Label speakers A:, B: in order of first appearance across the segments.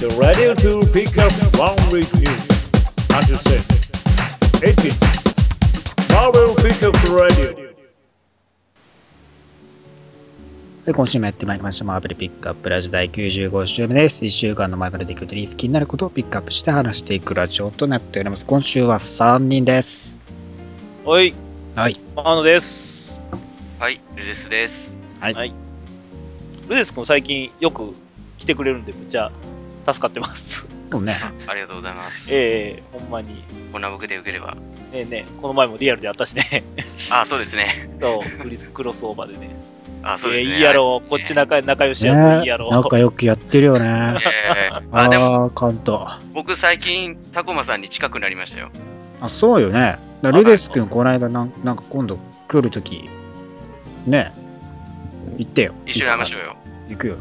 A: The radio to pick up one with you. Until then, 18. Marvel Pickup Radio.
B: はい今週もやってまいりました。マーベルピックアップラジオ第95週目です。1週間のマーベルできるとリーフ気になることをピックアップして話していくラジオとなっております。今週は3人です。
C: はい、
B: はい。
C: あのです。
D: はい、ルルスです。
C: ルデス君最近よく来てくれるんで、めっちゃ助かってます。
B: そうね。
D: ありがとうございます。
C: ええほんまに。ね
D: こんな僕でよければ。
C: えねえ、この前もリアルであったしね。
D: あ、そうですね。
C: そう、クリスクロスオーバーでね。
D: あ、そう
C: え
D: で
C: え
D: すね。
C: いいやろう、こっち仲仲良しやつ、いいやろう。
B: なんかよくやってるよ
D: あ
B: ね。
D: れ。ええ
B: あ
D: あ、でも
B: あー、関東。
D: 僕最近タコマさんに近くなりましたよ。
B: あ、そうよね。だからルデス君、この間なん、なんか今度来るとき、ね、行ってよ。
D: 一緒に会いましょうよ。
B: 行くよ。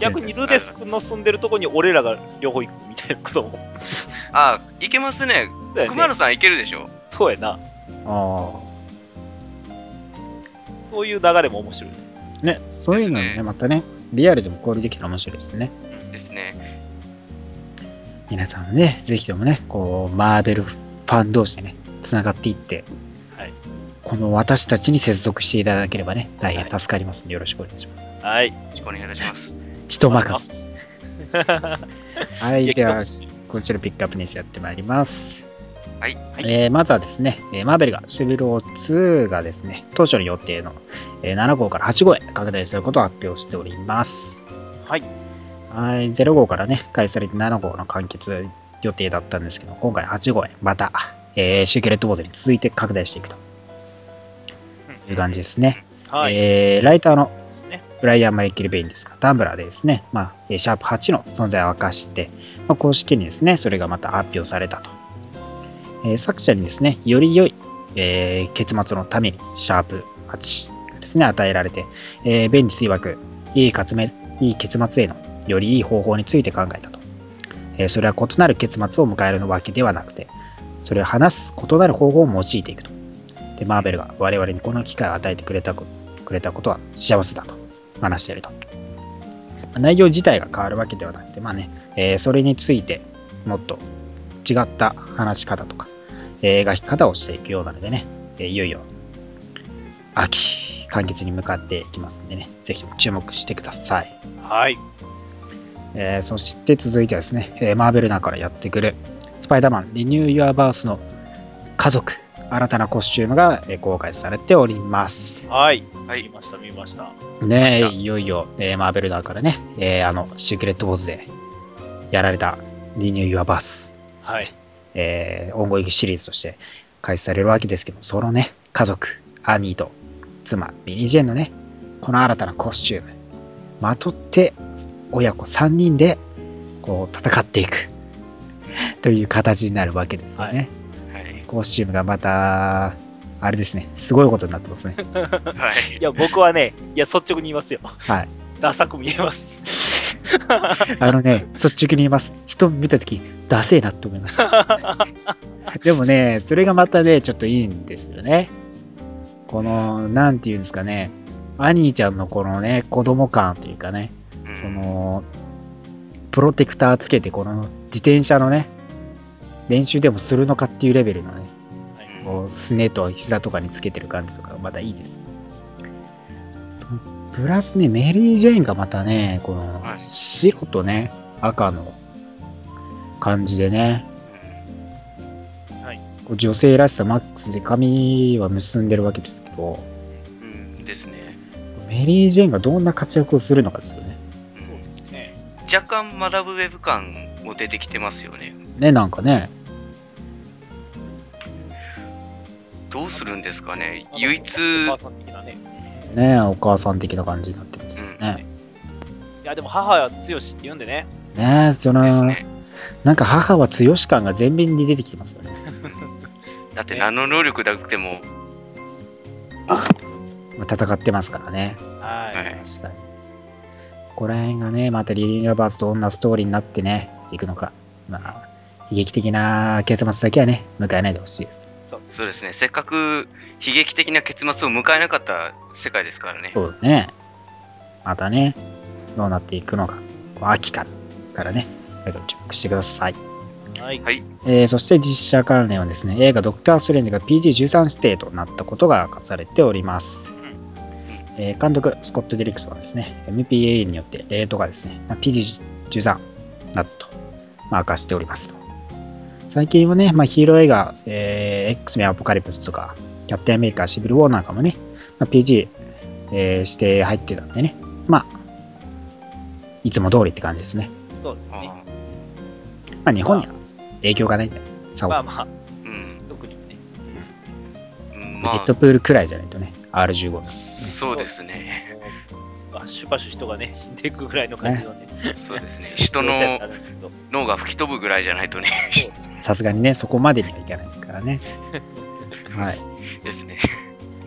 C: 逆にルデス君の住んでるとこに俺らが両方行くみたいなことも。
D: あ、行けますね。
C: そうや
D: クマ
C: ね
D: ル。さん行けるでしょ。
C: そうやな。
B: あ
C: そういう流れも面白い。
B: あ。ね、そういうのね、またね、リアルでも交流できたら面白いですね。
D: ですね。
B: 皆さんもね、ぜひともね、こう、マーベルファン同士でね、つながっていって、
C: はい
B: この私たちに接続していただければね、大変助かりますんで、よろしくお願いします。
C: はい。
D: よろしくお願いいたします。
B: 人任せ。
C: す。
B: はい、
C: い
B: では
C: や、人
B: 今週のピックアップニュースやってまいります。
D: はい
C: はい
B: えーまずはですね、えーマーベルがシビルオ2がですね、当初の予定のえー7号から8号へ拡大することを発表しております。
C: はい。
B: はい、0号からね、開始されて7号の完結予定だったんですけど、今回8号へまた、えーシークレットウォーズに続いて拡大していくという感じですね。
C: はい。
B: えーライターの
C: ね
B: ブライアン・マイケル・ベインですか、ダンブラーでですね、まあ、えーシャープ8の存在を明かして、まあ公式にですね、それがまた発表されたと。えー作者にですね、より良い、えー結末のために、シャープ8がですね、与えられて、えーベインに推爆、いい活めいい結末への、より良い方法について考えたと。えーそれは異なる結末を迎えるわけではなくて、それを話す異なる方法を用いていくと。で、マーベルが我々にこの機会を与えてくれたことくれたことは幸せだと話していると。内容自体が変わるわけではなくて、まあね、えーそれについてもっと違った話し方とか、えー描き方をしていくようなのでね、えーいよいよ秋完結に向かっていきますんでね、ぜひとも注目してください。
C: はい。
B: えーそして続いてはですね、えーマーベルナーからやってくるスパイダーマンリニュー・ユアバースの家族、新たなコスチュームがえー公開されております。
C: はい。
D: はい
C: 見ました、見ました。
B: ね
D: ま
B: え、
D: した
B: いよいよ、えーマーベルだからね、えーあの、シークレット・ウォーズでやられた、リニュー・ユア・バース、
C: はい。。
B: えー、オンゴイシリーズとして開始されるわけですけど、そのね、家族、アニーと妻、ミニ・ジェンのね、この新たなコスチューム、まとって、親子3人で、こう、戦っていく、 という形になるわけですよね。
D: はい。
B: コスチュームがまた、あれですね、すごいことになってますね。
D: はい
C: い。や、僕はね、いや、率直に言いますよ。
B: はい。
C: ダサく見えます。
B: あのね、率直に言います。人見たとき、ダセえなって思いました。でもね、それがまたね、ちょっといいんですよね。この、なんていうんですかね、アニーちゃんのこのね、子供感というかね、
D: うん
B: その、プロテクターつけて、この自転車のね、練習でもするのかっていうレベルのね、
D: うん
B: こうすねと膝とかにつけてる感じとかがまたいいです。そのプラスね、メリー・ジェーンがまたね、この
D: はい
B: 白とね、赤の感じでね、こう女性らしさマックスで髪は結んでるわけですけど、
D: うんうんですね。
B: メリー・ジェーンがどんな活躍をするのかですよね。
D: うん
C: ね
D: 若干マダムウェブ感も出てきてますよね。
B: ね、なんかね、
D: どうするんですかね。唯一、
C: お母さん的なね。
B: ね、お母さん的な感じになってますよね。
C: いや、でも母は強しって言うんでね。
B: ね、そ
D: です
B: の、
D: ね。
B: なんか母は強し感が全面に出てきてますよね。
D: だって何の能力なくても、
B: 戦ってますからね。
C: は
D: はい
B: 確かに。ここら辺がね、またリリー・ラバースとどんなストーリーになってね、いくのか。まあ、悲劇的な結末だけはね、迎えないでほしいです。
D: そうですね。せっかく悲劇的な結末を迎えなかった世界ですからね。
B: そうですね。またね、どうなっていくのか。こう秋からからね、これからチェックしてください。
C: はい。
D: はい
B: えーそして実写関連はですね、映画ドクター・ストレンジが PG13 指定となったことが明かされております。えー監督、スコット・ディリクソンはですね、MPAA によってレートがですね、まあ PG13 だったと、まあ、明かしておりますと。最近はね、まあ、ヒーロー映画、えー X メンアポカリプスとか、キャプテンアメリカ、シビル・ウォーなんかもね、まあ、PG、えー指定入ってたんでね、まあ、いつも通りって感じですね。
C: そうですね。
D: あ
B: まあ、日本には影響がないんで、さほど
C: まあまあ、
D: ーうん
C: 特にね。
D: うん。
B: デ
D: ま
B: ッ
D: あ
B: ド、プールくらいじゃないとね、R15 の。
D: そうですね。
C: バシュバシュ人がね、 死んでいくぐらいの感じのね。
D: そうですね。人
C: 描写に
D: の
C: なるんですけど
D: 脳が吹き飛ぶぐらいじゃないとね。
B: さすがにね、そこまでにはいかないからね。はい。
D: ですね。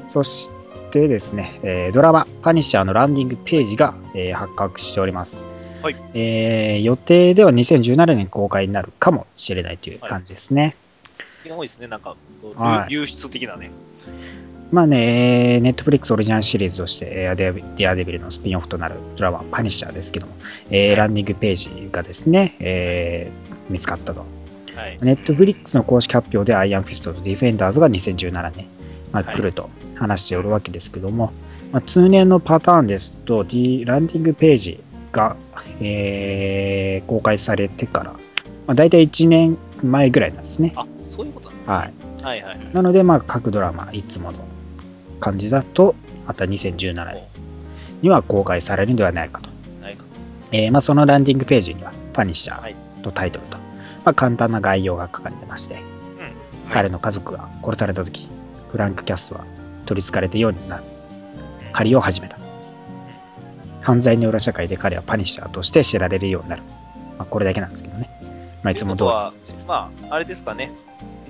B: そしてですね、えードラマ、パニッシャーのランディングページが、えー発覚しております。
C: はい
B: えー予定では2017年公開になるかもしれないという感じですね。
C: 最近多いですね、なんか、こう
B: はい
C: 流出的なね。
B: まあね、ネットフリックスオリジナルシリーズとして、えーデアディアデビルのスピンオフとなるドラマ、パニッシャーですけども、えーランディングページがですね、えー見つかったと。
C: はい。
B: ネットフリックスの公式発表でアイアンフィストとディフェンダーズが2017年、まあ、
C: はい
B: 来ると話しておるわけですけども、まあ、通年のパターンですと、D、ランディングページが、えー公開されてから、まあ、大体1年前ぐらいなんですね。
C: あ、そういうことなんですね
B: はい、
C: はいはい。
B: なので、まあ、各ドラマ、いつもの感じだと、また2017年には公開されるのではないかと。
C: ないか
B: えーまあ、そのランディングページには、パニッシャ
C: はい
B: ーとタイトルと、まあ、簡単な概要が書かれてまして、彼の家族が殺された時フランク・キャスは取り憑かれてようになる狩りを始めた犯罪の裏社会で彼はパニッシャーとして知られるようになる、まあ、これだけなんですけどね、まあ、いつも
C: と
B: 通
C: う
B: り
C: は、まあ、あれですかね。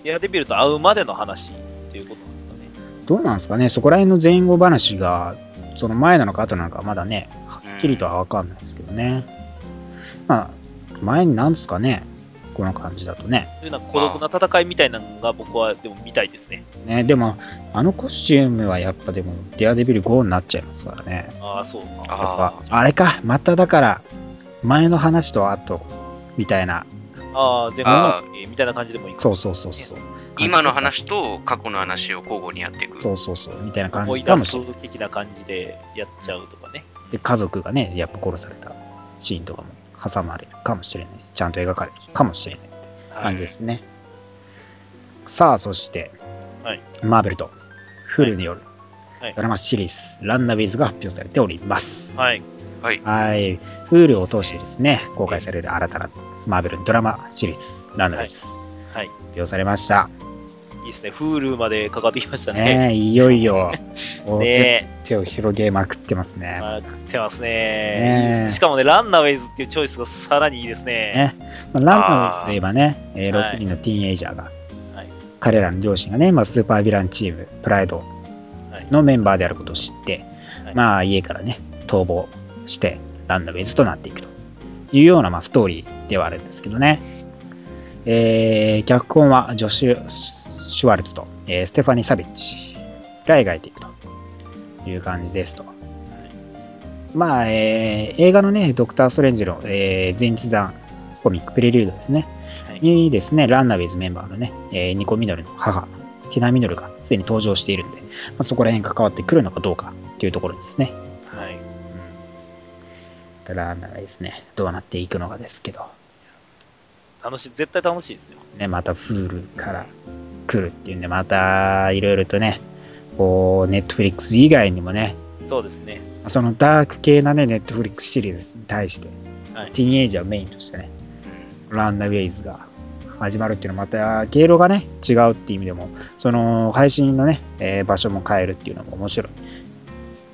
C: エアデビルと会うまでの話っていうことなんですかね。
B: どうなんですかねそこら辺の前後話がその前なのか後なのかまだねはっきりとは分かんないですけどねまあ前になんですかねこの感じだとね
C: そういうなんか孤独な戦いみたいなのが僕はでも見たいですね。
B: ねでもあのコスチュームはやっぱでもデアデビル5になっちゃいますからね
C: ああ、そうか。
B: あ
D: あ
B: あれか、まただから、前の話と後、みたいな。
C: ああ、全
D: あ
C: 部みたいな感じでもいいか
B: そうそうそうそう。
D: ー今の話と過去の話を交互にやっていく。
B: そうそうそう、みたいな感
C: 思
B: じ
C: い
B: か
C: 出
B: もしれない
C: す
B: です
C: 的。な感じでやっちゃうとかね。
B: で、家族がね、やっぱ殺されたシーンとかも挟まれるかもしれないです。ちゃんと描かれるかもしれない
C: は
B: 感
C: い
B: じですね。さあ、そして、
C: はい
B: マーベルとフルによる
C: はい
B: ドラマシリーズ、ランナウィーズが発表されております。
C: はい。
B: はい。Hulu を通してですね、公開される新たなマーベルのドラマシリーズ、ランナウィーズ、
C: はい。
B: 発表されました。
C: いいですね。フールまでかかってきました ね。
B: ねえ、いよいよ、
C: ね
B: 手を広げまくってます
C: え。
B: ね。
C: まあ、食ってます
B: ねえ
C: ねいいですね。しかもね、ランナーウェイズっていうチョイスがさらにいいですね。
B: ねまあ、ランナーズといえばね、えー
C: はい
B: 6人のティーンエイジャーが、
C: はい
B: 彼らの両親がね、まあ、スーパーヴィランチーム、プライドのメンバーであることを知って、
C: はい
B: まあ、家からね、逃亡して、ランナーウェイズとなっていくというような、まあ、ストーリーではあるんですけどね。えー脚本はジョシュ・シュワルツと、えーステファニー・サビッチが描いていくという感じですと。まあ、えー映画のね、ドクター・ストレンジの、えー前日談、コミックプレリュードですね。
C: はい
B: にですね、ランナーウィズメンバーのね、えーニコ・ミノルの母、ティナ・ミノルがすでに登場しているんで、まあ、そこら辺関わってくるのかどうかというところですね。
C: はい。
B: ただ、ランナーがですね、どうなっていくのかですけど、
C: 楽しい。絶対楽しいですよ。
B: ね、またフールから来るっていうんで、またいろいろとね、こう、ネットフリックス以外にもね、
C: そうですね。
B: そのダーク系なね、ネットフリックスシリーズに対して、
C: はい
B: ティーンエイジャーをメインとしてね、ランナーウェイズが始まるっていうのはまた経路がね違うっていう意味でもその配信のね、えー場所も変えるっていうのも面白い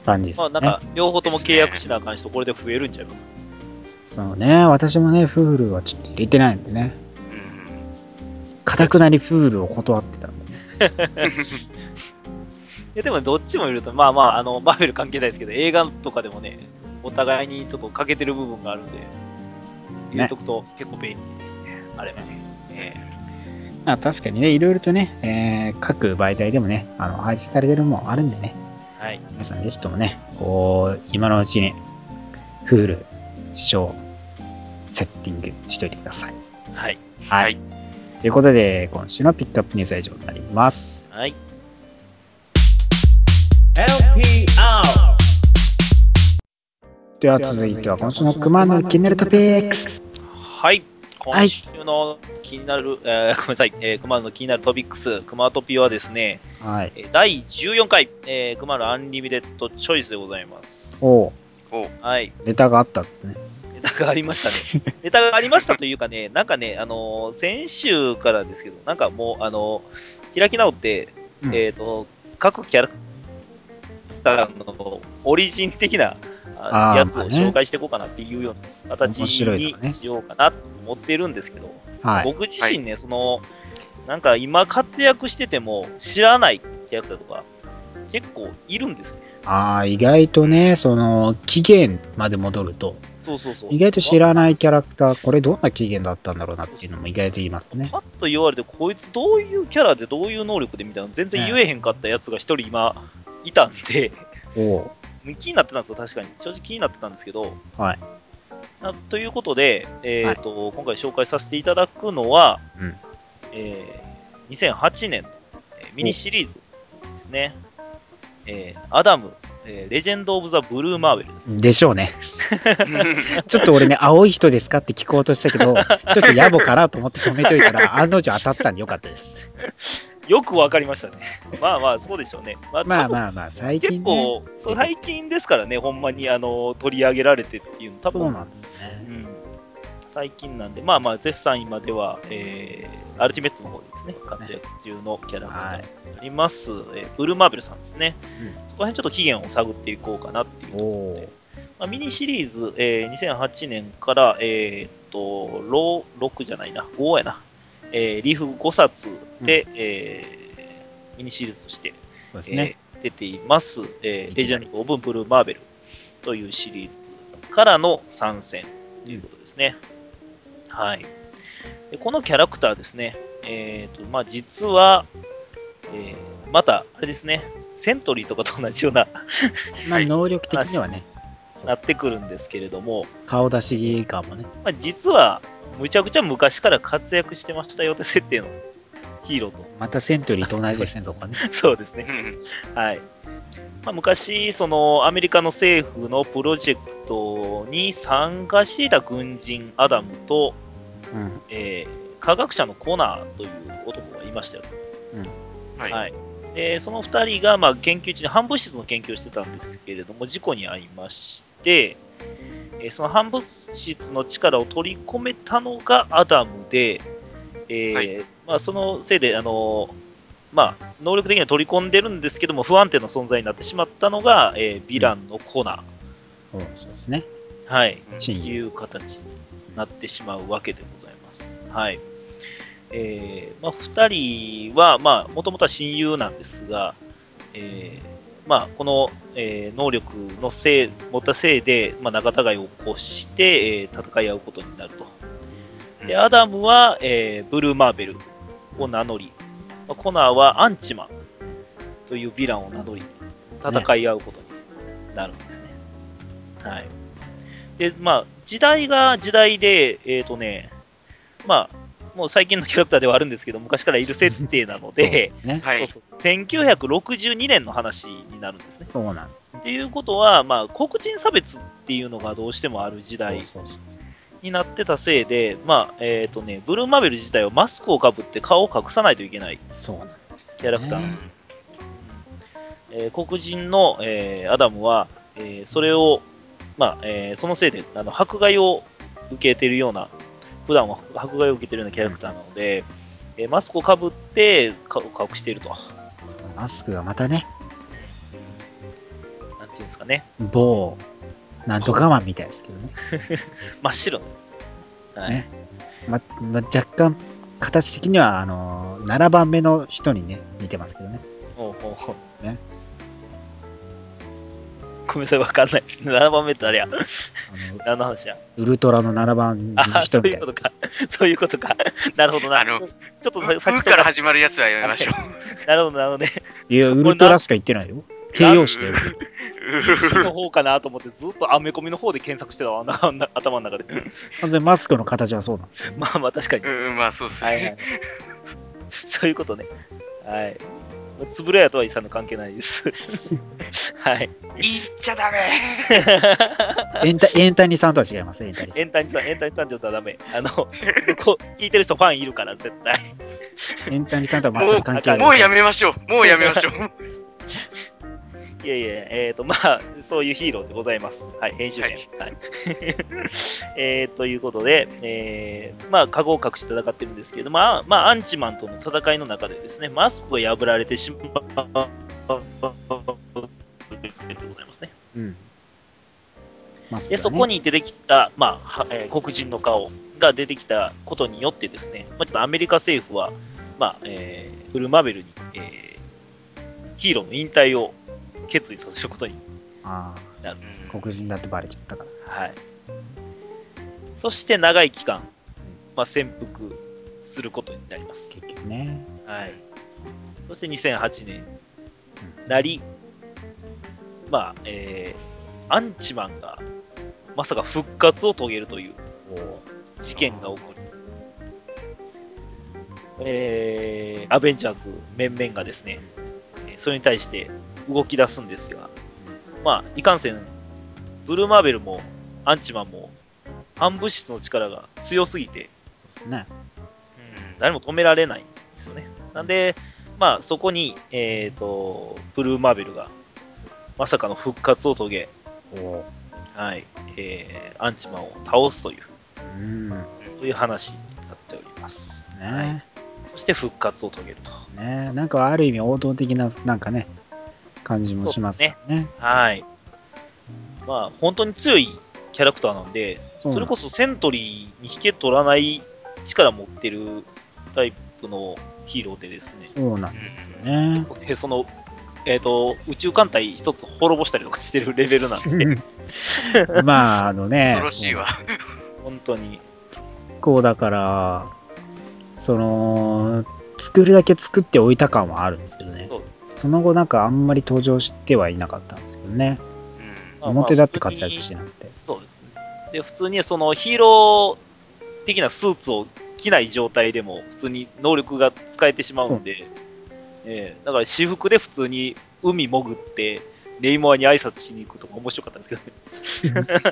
B: 感じです
C: ま
B: ね
C: あ、。なんか、両方とも契約しなあかんしと、これで増えるんちゃいます
B: そうね私もねフールはちょっと入れてないんでね
D: うん
B: かたくなにフールを断ってたんで
C: いやでもどっちもいると、まあまあ、あの、マーベル関係ないですけど、映画とかでもね、お互いにちょっと欠けてる部分があるんで、入れとくと結構便利ですね。あれはね。え
B: まあ確かにねいろいろとね、えー各媒体でもねあの配信されてるのもあるんでね
C: えはい。
B: 皆さんぜひともねこう今のうちにフール視聴セッティングしておいてください。
C: はい。
B: はい。
D: はい
B: ということで、今週のピックアップニュースは以上になります。
C: はい。
A: LPR
B: では続いては今週の熊の気になるトピックス。
C: はい。今週の気になる、えーごめん なさい、えー、熊の気になるトピックス、熊トピはですね、
B: はい。
C: えー第14回、えー、熊のアンリミテッドチョイスでございます。
B: おう
D: お
C: はい。
B: ネタがあったってね。
C: ネタがありました ね。ネタがありましたというかね、なんかね、あのー先週からですけど、なんかもう、あのー開き直って、
B: うん
C: えっ、と、各キャラクターのオリジン的なあ
B: あー
C: やつ
B: まあ
C: を
B: ね
C: 紹介していこうかなっていうような形
B: 面白いのね
C: にしようかなと思ってるんですけど、
B: はい。
C: 僕自身ね、その、なんか今活躍してても知らないキャラクターとか、結構いるんですね。
B: ああ、意外とね、その、期限まで戻ると、
C: そうそうそう。
B: 意外と知らないキャラクター、これどんな期限だったんだろうなっていうのも意外と言いますね。
C: パッと言われて、こいつどういうキャラでどういう能力でみたいなの全然言えへんかったやつが一人今いたんで、
B: おう
C: 気になってたんですよ、確かに。正直気になってたんですけど。
B: はい
C: なということで、えーと今回紹介させていただくのは、
B: うん
C: えー2008年のえーミニシリーズですね。えーアダム、えーレジェンド・オブ・ザ・ブルー・マーベルですね。
B: でしょうね。
D: ー
B: ちょっと俺ね、青い人ですかって聞こうとしたけど、ちょっと野暮かなと思って止めといたら、案の定当たったんでよかったです。
C: よくわかりましたね。 まあまあ、そうでしょうね。まあ、
B: まあ
C: 多分
B: まあまあ、最
C: 結
B: 近ね。
C: 構、そう最近ですからね、ほんまにあの取り上げられてっていうの、多
B: そう
C: 分
B: なんですね。
C: うん、最近なんで、まあまあ、絶賛今では、えーアルティメットの方でですね、
B: そうです
C: 活
B: ね
C: 躍中のキャラクター
B: は
C: に
B: い。
C: なります、えーブルーマーベルさんですね、
B: う
C: そこら辺ちょっと期限を探っていこうかなっていうと
B: お
C: こ
B: おー。
C: まあ、ミニシリーズ、えー2008年から、えーっと、ロー、6じゃないな、5やな、えーリーフ5冊で、えーミニシリーズとして
B: そうですね。
C: えー出ています、えーレジェンド・オブ・ブルー・マーベルというシリーズからの参戦ということですね。はい。でこのキャラクターですね、えーとまあ、実は、えーまた、あれですね、セントリーとかと同じような、
B: まあ、能力的にはね、
C: なってくるんですけれども、
B: 顔出し感もね。
C: まあ、実は、むちゃくちゃ昔から活躍してましたよって設定のヒーローと。
B: またセントリーと同じですね、そこはね。
C: そうですね。はいまあ、昔そのアメリカの政府のプロジェクトに参加していた軍人アダムと、
B: うん。
C: えー科学者のコナーという男がいましたよ、
D: はい
C: はいでその2人がまあ研究中に反物質の研究をしてたんですけれども事故に遭いまして、えーその反物質の力を取り込めたのがアダムで、えー
D: はい
C: まあ、そのせいで、あのーまあ、能力的には取り込んでるんですけども不安定な存在になってしまったのが、えーヴィランのコナ
B: そうそうですね。
C: ー、はい、
B: 真
C: と
B: 偽。
C: いう形になってしまうわけでございます。はい。えーまあ、2人は、まあ、もともとは親友なんですが、えーまあ、この、えー能力のせい、持ったせいで、まあ、仲違いを起こして、えー戦い合うことになると。で、アダムは、えーブルーマーベルを名乗り、まあコナーはアンチマンというヴィランを名乗り、戦い合うことになるんですね。はい。で、まあ、時代が時代で、えっ、とね、まあ、もう最近のキャラクターではあるんですけど、昔からいる設定なので、
B: ね。
D: は
C: そう
D: い。
C: そう1962年の話になるんですね。
B: そうなんです。
C: っていうことは、まあ、黒人差別っていうのがどうしてもある時代
B: そうそうそう
C: になってたせいで、まあ、えっ、とね、ブルーマーベル自体はマスクをかぶって顔を隠さないといけない
B: そうなんで
C: キャラクターなんです。えー黒人の、えーアダムは、えーそれを、まあえーそのせいであの迫害を受けているような、普段は迫害を受けているようなキャラクターなので、えーマスクをかぶって顔を隠していると、な
B: す。マスクがまたね、
C: んていうんですかね、
B: 某、なんとかマンみたいですけどね。
C: 真っ白なんです。はい
B: ねま、ま若干、形的には、あのー、7番目の人にね、似てますけどね。
C: ほうほうほう
B: ね
C: ごめんなさい、わかんないです。7番目 ってあれや。
B: あの
C: 何の話や。
B: ウルトラの7番
C: あ
B: の
C: あ、
B: 人
C: そう
B: み
C: い
B: た
C: う
B: い
C: こ
B: な。
C: とか。 そういうことか。 なるほどな。
D: あの
C: ちょっ
D: う
C: と
D: う
C: さっき
D: から
C: と
D: 始まるやつはやめましょ
C: なるほど、なるほどね。
B: いや、ウルトラしか言ってないよ。形容詞だよ。
D: う。
C: C の方かなと思って、ずっとアメコミの方で検索してたわ、なな頭の中 で。
B: 完全にマスクの形はそうなんですね。
C: まあまあ、確かに。
D: うん、まあそうっす
C: はいは
D: ね
C: い。 そういうことね。はい。まあつぶらやとは遺産の関係ないです。 はい。
D: 言っちゃダメ
B: エンタエンタニさんとは違いますね、エンタニさ
C: エンタニさん、エンタニさんって言ったらダメ。あの、こう聞いてる人ファンいるから、絶対。
B: ん。エンタニさんとは全く関係ない。
D: もうやめましょうもうやめましょう
C: いやいや、えっ、と、まあ、そういうヒーローでございます。はい、編集編。はい。えーということで、えーまあ、加護を隠して戦ってるんですけど、まあ、まあ、アンチマンとの戦いの中でですね、マスクが破られてしまう。でございますね。
B: うん。マスク
C: で
B: がね
C: そこに出てきた、まあはえー黒人の顔が出てきたことによってですね、まあ、ちょっとアメリカ政府は、まあえーフルマーベルに、えーヒーローの引退を決意させることに
B: あ
C: なるんです。
B: あ、黒人だってバレちゃったから。
C: はい、そして長い期間、まあ、潜伏することになります。
B: 結局ね。
C: はい、そして2008年なり、まあえーアンチマンがまさか復活を遂げるという事件が起こり、えーアベンジャーズ面々がですね、えーそれに対して動き出すんですが、まあ、いかんせん、ブルーマーベルもアンチマンも、反物質の力が強すぎて、
B: そうですね。
C: 誰も止められないんですよね。なんで、まあ、そこに、えー、とブルーマーベルがまさかの復活を遂げ、
B: おお。
C: はいえーアンチマンを倒すという、
B: うん。ね
C: そういう話になっております。はいそして復活を遂げると。
B: ねなんかある意味王道的な、なんかね、感じもしますよね。
C: はい。まあ、本当に強いキャラクターなんで、
B: そ
C: それこそセントリーに引け取らない力持ってるタイプのヒーローでですね、
B: そうなんですよね。
C: でその、えっ、と、宇宙艦隊一つ滅ぼしたりとかしてるレベルなんで、
B: まあ、あのね、
D: 恐ろしいわ
C: 本当に。
B: 結構だから、その、作るだけ作っておいた感はあるんですけどね。
C: そうですね
B: その後なんかあんまり登場してはいなかったんですけどね。
C: まあまあ
B: 表だって活躍してなくて。
C: そうですね。で、普通にそのヒーロー的なスーツを着ない状態でも、普通に能力が使えてしまうんで、ええだから私服で普通に海潜って、ネイモアに挨拶しに行くとか面白かったんですけど、ね、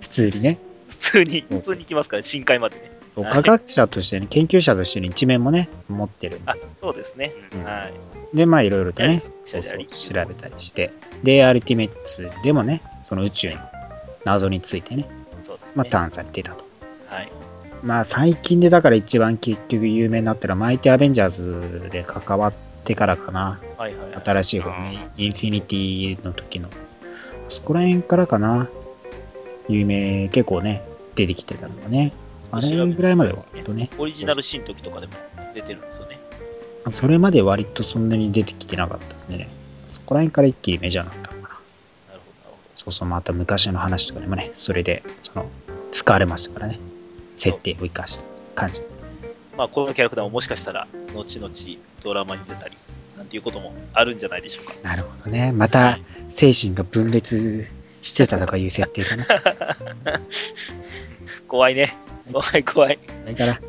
B: 普通にね。
C: 普通に、
B: そう
C: 普通に来ますから、深海までね。
B: そう
C: はい
B: 科学者としてね、研究者としての一面もね、持ってるんで
C: あ、そうですね。
B: うん
C: はい。
B: で、まあいろいろとね、そ
C: 調
B: う
C: べた
B: そう
C: り
B: 調べたりして。で、アルティメッツでもね、その宇宙の謎についてね、
C: そうですね。
B: まあ探査に出たと。
C: はい。
B: まあ最近でだから一番結局有名になったのはマイティアベンジャーズで関わってからかな。
C: はいはいはい。
B: 新しい方ね、インフィニティの時の。あそこら辺からかな。有名、結構ね、出てきてたのがね。あれぐらいまでは割とね。
C: オリジナルシーンの時とかでも出てるんですよね。
B: それまで割とそんなに出てきてなかったんでね。そこら辺から一気にメジャーになったのかな。
C: なるほど、なるほ
B: そうそう、また昔の話とかでもね、それで、その、使われましたからね。設定を生かした感じ。
C: ど。まあ、このキャラクターももしかしたら、後々ドラマに出たり、なんていうこともあるんじゃないでしょうか。
B: なるほどね。また、精神が分裂してたとかいう設定 かな。
C: 怖いね。怖い怖い。
B: だから、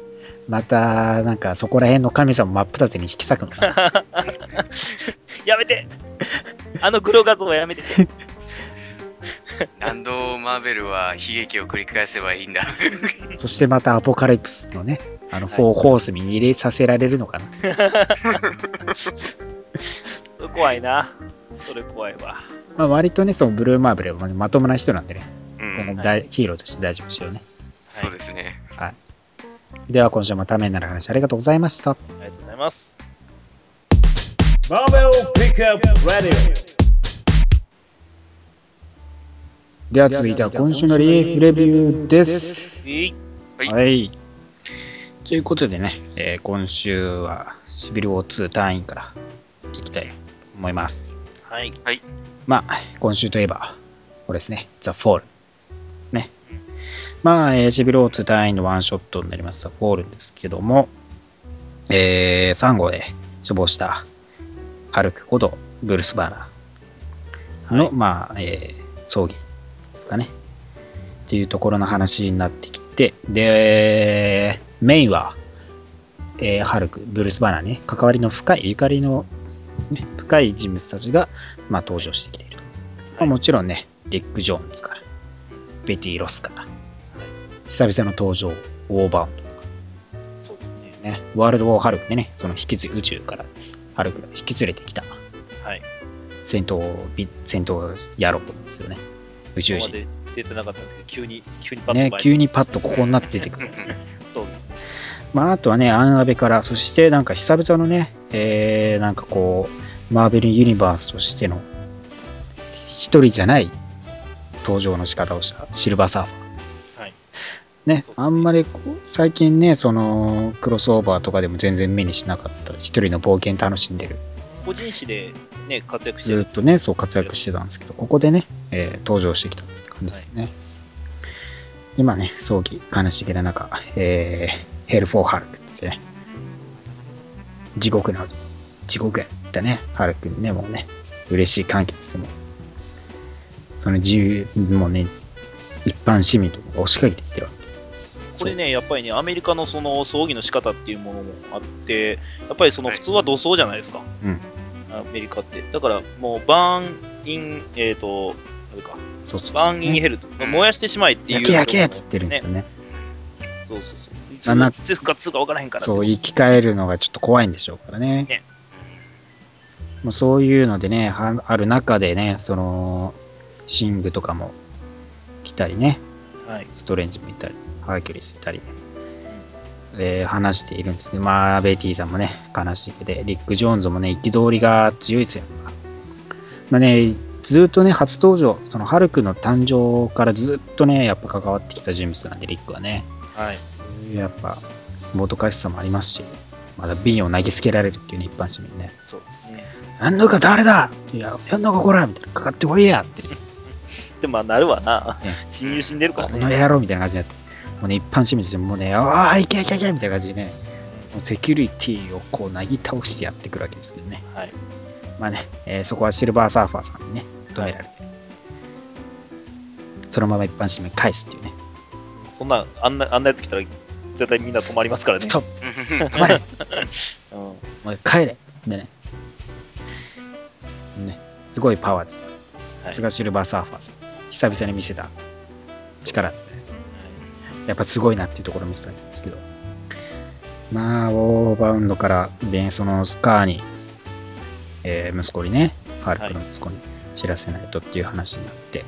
B: また、なんか、そこら辺の神様真っ二つに引き裂くのかな。
C: やめてあのグロ画像はやめて。
D: 何度マーベルは悲劇を繰り返せばいいんだ
B: そしてまたアポカリプスのね、あの、フォーホースに入れさせられるのかな。
C: 怖いな。それ怖いわ。
B: まあ、割とね、そのブルーマーブルはまともな人なんでね、
D: う
B: 今後
D: ん
B: 大ヒーローとして大丈夫でしょうね。
D: そうですね
B: では、今週もためになる話ありがとうございました。
C: ありがとうございます。
A: Marvel Pickup Radio.
B: では、続いては今週のリリーフレビューです。
C: えい
D: はい
B: はい。ということでね、えー今週はシビルウォー2単位からいきたいと思います。
C: はい。
B: まあ、今週といえば、これですね、ザ・フォール。ね。まあ、えーシビルオーツ第2のワンショットになります、ザ・フォールですけども、えー、サンゴで死亡した、ハルクこと、ブルース・バーナー。の、
C: はい
B: まあ、えー葬儀ですかね。っていうところの話になってきて、で、メイは、えーハルク、ブルース・バナーね、関わりの深い、ゆかりの、ね、深い人物たちが、まあ、登場してきていると。まあ、もちろんね、リック・ジョーンズから、ベティ・ロスから、久々の登場、ウォーバーン
C: そうですね。
B: ね、ワールド・ウォー・ハルクでね、その引き継ぎ宇宙からハルクが引き連れてきた
C: はい。
B: 戦闘び、戦闘野郎ですよね。宇宙
C: 今ま
B: 人。
C: で出てなかったんですけど、急に、急にパッと前
B: ね
C: に、
B: 急にパッとここになって出てく
D: う
B: る。
D: ん
C: そう
B: まあ、あとはね、アンアベから、そしてなんか久々のね、えー、なんかこう、マーベル・ユニバースとしての、一人じゃない登場の仕方をしたシルバーサーファー。
C: はい。
B: ね
C: そうですね
B: あんまりこう最近ね、そのクロスオーバーとかでも全然目にしなかった、一人の冒険楽しんでる
C: 個人誌で、ね、活躍して
B: ず
C: る
B: っとね、そう活躍してたんですけど、ここでね、えー登場してきたって感じですね。今ね、葬儀、悲しげな中、えーヘル・フォー・ハルクってね、地獄の、地獄へ行ったね、ハルクにね、もうね、嬉しい歓喜ですよ、もうその自由、もうね、一般市民とかが押しかけていってるわ
C: これね、やっぱりね、アメリカのその葬儀の仕方っていうものもあって、やっぱりその
D: はい
C: 普通は土葬じゃないですか、
B: うん
C: アメリカって。だからもう、バーンイン、えっ、と、あれか、
B: け。そうそう
C: バ
B: そう
C: ーンイン
B: ね。
C: ヘルト、燃やしてしまえっていう。
B: 焼け焼けっつってるんですよね。
C: そうそうそう。い
B: あ
C: つ
B: ない
C: つ復活するか分からへんからって。
B: そう、生き返るのがちょっと怖いんでしょうからね。
C: ね
B: もうそういうのでね、はある中でね、その、シングとかも来たりね、
C: はい。
B: ストレンジもいたり、ハーキュリスいたり、えー話しているんですね。まあ、ベイティさんもね、悲しくて、リック・ジョーンズもね、憤りが強いですよ。まあね、ずっとね、初登場、そのハルクの誕生からずっとね、やっぱ関わってきた人物なんで、リックはね。
C: はい。
B: やっぱ、もどかしさもありますし、まだ瓶を投げつけられるっていうね、一般市民ね。
C: そうですね。
B: やんのか誰だいや、やんのかこらみたいな。かかってこいやって、ね、
C: でもまあ、なるわな
B: ね。
C: 親友死んでるから
B: こ
C: ね。
B: の野郎みたいな感じになって。もうね、一般市民たちももうね、ああ、いけいけいけみたいな感じでね、もうセキュリティをこう、なぎ倒してやってくるわけですけどね。
C: はい。
B: まあね、えーそこはシルバーサーファーさんにね、止められて。そのまま一般市民返すっていうね。
C: そんな、あんな、あんなやつ来たら、絶対みんな止まりますからね。
B: ストッ
D: うん
B: プ止まれ
C: うん。
B: もう帰れでね。ね、すごいパワーです。
C: は
B: さ
C: い
B: すがシルバーサーファーさん。久々に見せた力ですね。やっぱすごいなっていうところを見せたんですけど。まあ、オーバウンドから、でそのスカーに、えー息子にね、ハルクの息子に知らせないとっていう話になって。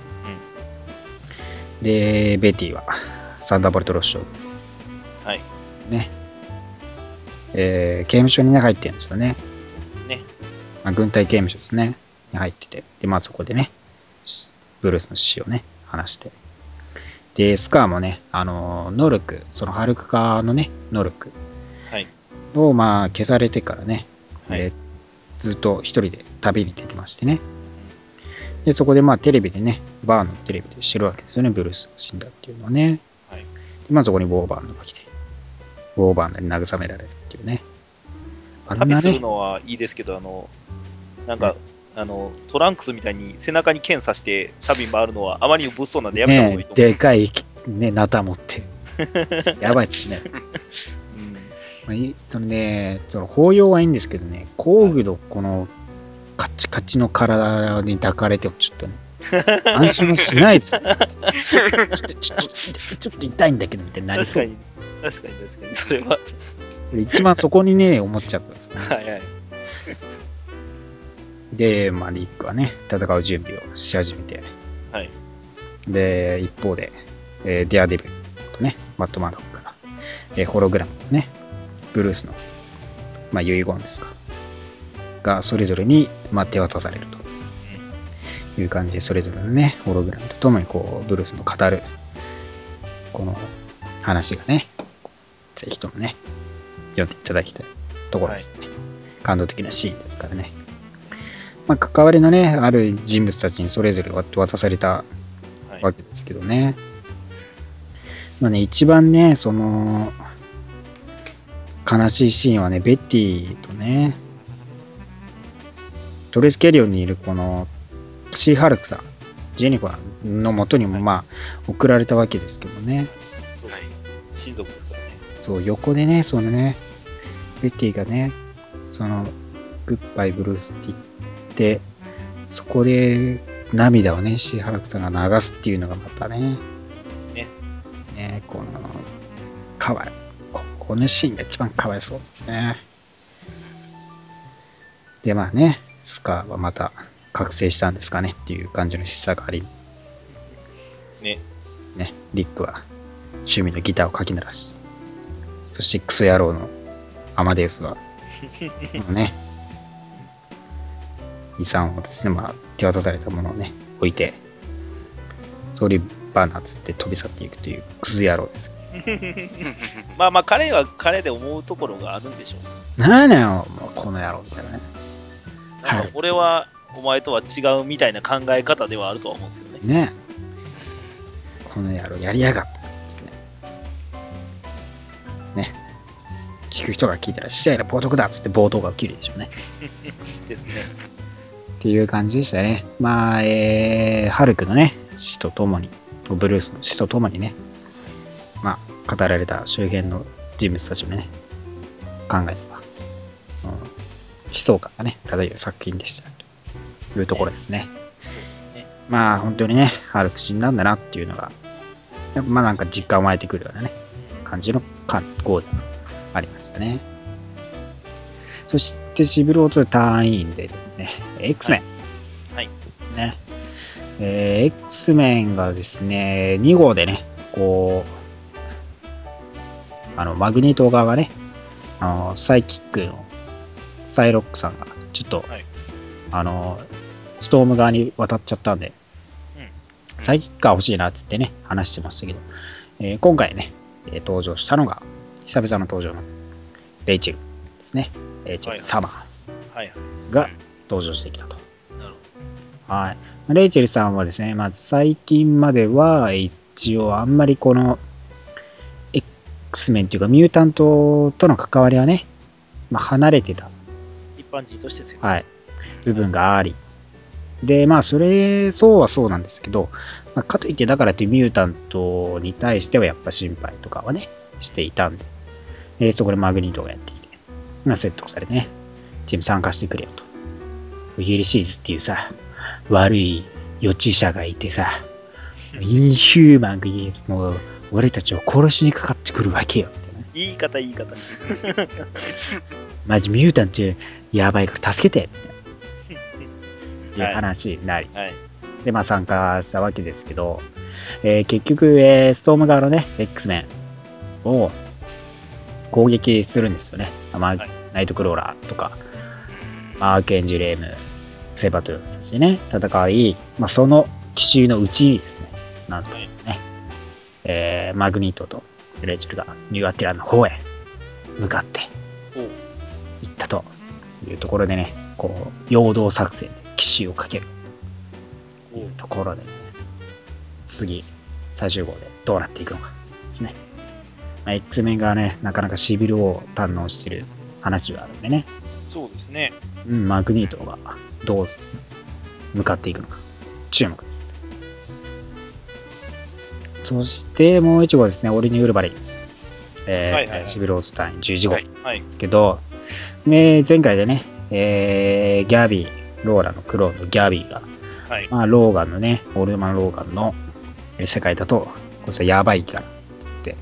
B: で、ベティは、サンダーボルトロッショー。
C: はい。
B: ね。えー刑務所にね、入ってるんですよね。
C: ね。
B: まあ、軍隊刑務所ですね。に入ってて。で、まあそこでね、しブルースの死をね、話して。で、スカーもね、あの、ノルク、そのハルク化のね、ノルク
C: はい。
B: をまあ消されてからね、
C: はい
B: えーずっと一人で旅に出てましてね。で、そこでまあテレビでね、バーのテレビで知るわけですよね、ブルースが死んだっていうのをね。
C: はい
B: でまあそこにウォーバーンドが来て、ウォーバーンドに慰められるっていうね。あんなね
C: 旅するのはいいですけど、あの、なんか、あの、トランクスみたいに背中に剣刺して旅回るのはあまりに物騒なんでやめた方がいい
B: ね
C: と思う。
B: でかい、ね、ナタ持っ て。やばいですね。
C: うん
B: まあいいそのね、その抱擁はいいんですけどね、工具のこのカッチカチの体に抱かれてもちょっとね、安心もしないですよ。ちょっとちょっとちょっと痛いんだけどみたいになり
C: 確
B: そ
C: か
B: う。
C: に、確かに、確かに、それは。
B: これ一番そこにね、思っちゃったんですよ
C: はいはい。
B: で、まあ、リックはね、戦う準備をし始めて、
C: はい
B: で、一方で、えーデアデビルとね、マットマドックから、えーホログラムとね、ブルースの、まあ、遺言ですか、が、それぞれに、まあ、手渡されるという感じで、それぞれのね、ホログラムとともに、こう、ブルースの語る、この話がね、ぜひともね、読んでいただきたいところですね。感動的なシーンですからね。まあ、関わりのね、ある人物たちにそれぞれ渡された
C: はい
B: わけですけどね。まあね、一番ね、その、悲しいシーンはね、ベッティとね、トレスキャリオンにいるこのシーハルクさん、ジェニファーのもとにも、まあ、送られたわけですけどね。
C: そう
D: はい
C: です親族ですからね。
B: そう、横でね、そのね、ベッティがね、その、グッバイブルースって言って、そこで涙をね、シーハラクさんが流すっていうのがまたね、
C: ね
B: ね、この、かわい、ここのシーンが一番かわいそうですね。で、まあね、スカーはまた覚醒したんですかねっていう感じの示唆があり、
C: ね。
B: ね、リックは趣味のギターをかき鳴らし、そしてクソ野郎のアマデウスは、もうね、遺産をですね、まあ、手渡されたものをね、置いて、ソーリーバーナーつって飛び去っていくというクズ野郎です。
C: まあまあ、彼は彼で思うところがあるんでしょう。
B: なあなよ、もうこの野郎みたいなね。
C: なんか俺はお前とは違うみたいな考え方ではあるとは思うんですよね。
B: ねえこの野郎やりやがったねね聞く人が聞いたら試合の冒涜だっつって暴動が起きるでしょうね
C: ですね。
B: っていう感じでしたねまあえー、ハルクのね死とともにブルースの死とともにねまあ語られた周辺の人物たちのね考えとか、うん、悲壮感がね漂う作品でしたというところですね
C: ね
B: まあ本当にね、ハルク死んだんだなっていうのが、やっぱまあなんか実感湧いてくるようなね、感じの感号でありましたね。そしてシビルオーツ隊員でですね、X メン。
C: はい。
B: ね。えー X メンがですね、2号でね、こう、あの、マグニート側がね、あの、サイキックのサイロックさんが、ちょっと、
C: はい
B: あの、ストーム側に渡っちゃったんで、
C: うん
B: サイキッカー欲しいなっつってね、話してましたけど、えー今回ね、えー登場したのが、久々の登場のレイチェルですね。レイチェ
C: はいはい
B: ル・サマー
C: はいはい。
B: ズが登場してきたと。
C: なるほ
B: はい。レイチェルさんはですね、まあ、最近までは、一応あんまりこの、X メンというか、ミュータントとの関わりはね、まあ、離れてた
C: ど。一般人として生活。
B: はい、部分があり。で、まあ、それ、そうはそうなんですけど、まあ、かといって、だからってミュータントに対してはやっぱ心配とかはね、していたんで、えーそこでマグニートがやってきて、まあ、説得されてね、チーム参加してくれよと。ウィリシーズっていうさ、悪い予知者がいてさ、インヒューマンがいえもう俺たちを殺しにかかってくるわけよ、みたいなね。
C: 言い方言い方。
B: マジミュータントやばいから助けてみたいないう話になり、
C: はい。
B: で、まあ参加したわけですけど、えー結局、えーストーム側のね、X メンを攻撃するんですよね。まあ
C: はい
B: ナイトクローラーとか、アーケンジュレーム、セバトゥースたちね、戦い、まあ、その奇襲のうちにですね、なんとね、えーマグニートとレイチェルがニューアティラの方へ向かって
C: おう
B: 行ったというところでね、こう、陽動作戦で奇襲をかける。
C: おう
B: ところで、ね、次、最終号でどうなっていくのかですね。まあ、X メンがね、なかなかシビルを堪能してる話があるんでね、
C: そうですね。
B: うん、マグニートがどう向かっていくのか、注目です。そしてもう1号ですね、オリニウルバリン。えー
C: はいはいはい
B: シビルオースタイン11号
D: は
B: で
D: い
C: はい。
B: すけど、ね前回でね、えーギャビー、ローラのクローンのギャビーが
C: はい。
B: まあ、ローガンのね、オールマン・ローガンのえー世界だと、こいつはやばいから、つって、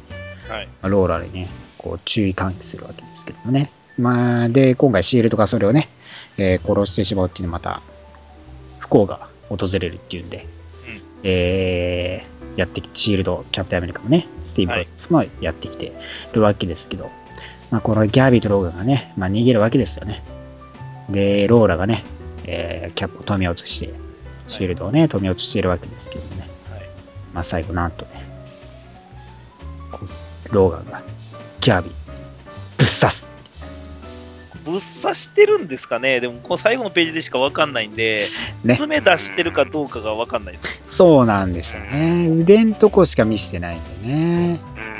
C: はい。
B: まあローラにね、こう注意喚起するわけですけどもね。まあ、で、今回シールドがそれをね、えー殺してしまうっていうのはまた、不幸が訪れるっていうんで、
C: うん
B: えーやってきシールド、キャプテンアメリカもね、スティーブ・ロ
C: は
B: ー
C: い
B: ズもやってきてるわけですけど、まあ、このギャビーとローガンがね、まあ、逃げるわけですよね。で、ローラがね、えーキャップを止めようとして、シールドをね、止めようとしているわけですけどもね。
C: はい。
B: まあ、最後なんとね、こうローガンがギャビー、ぶっ刺す。
C: ぶっ刺してるんですかねでも、この最後のページでしかわかんないんで、
B: ね
C: 爪出してるかどうかがわかんないです。
B: そうなんですよね。腕んとこしか見せてないんでね。
D: うん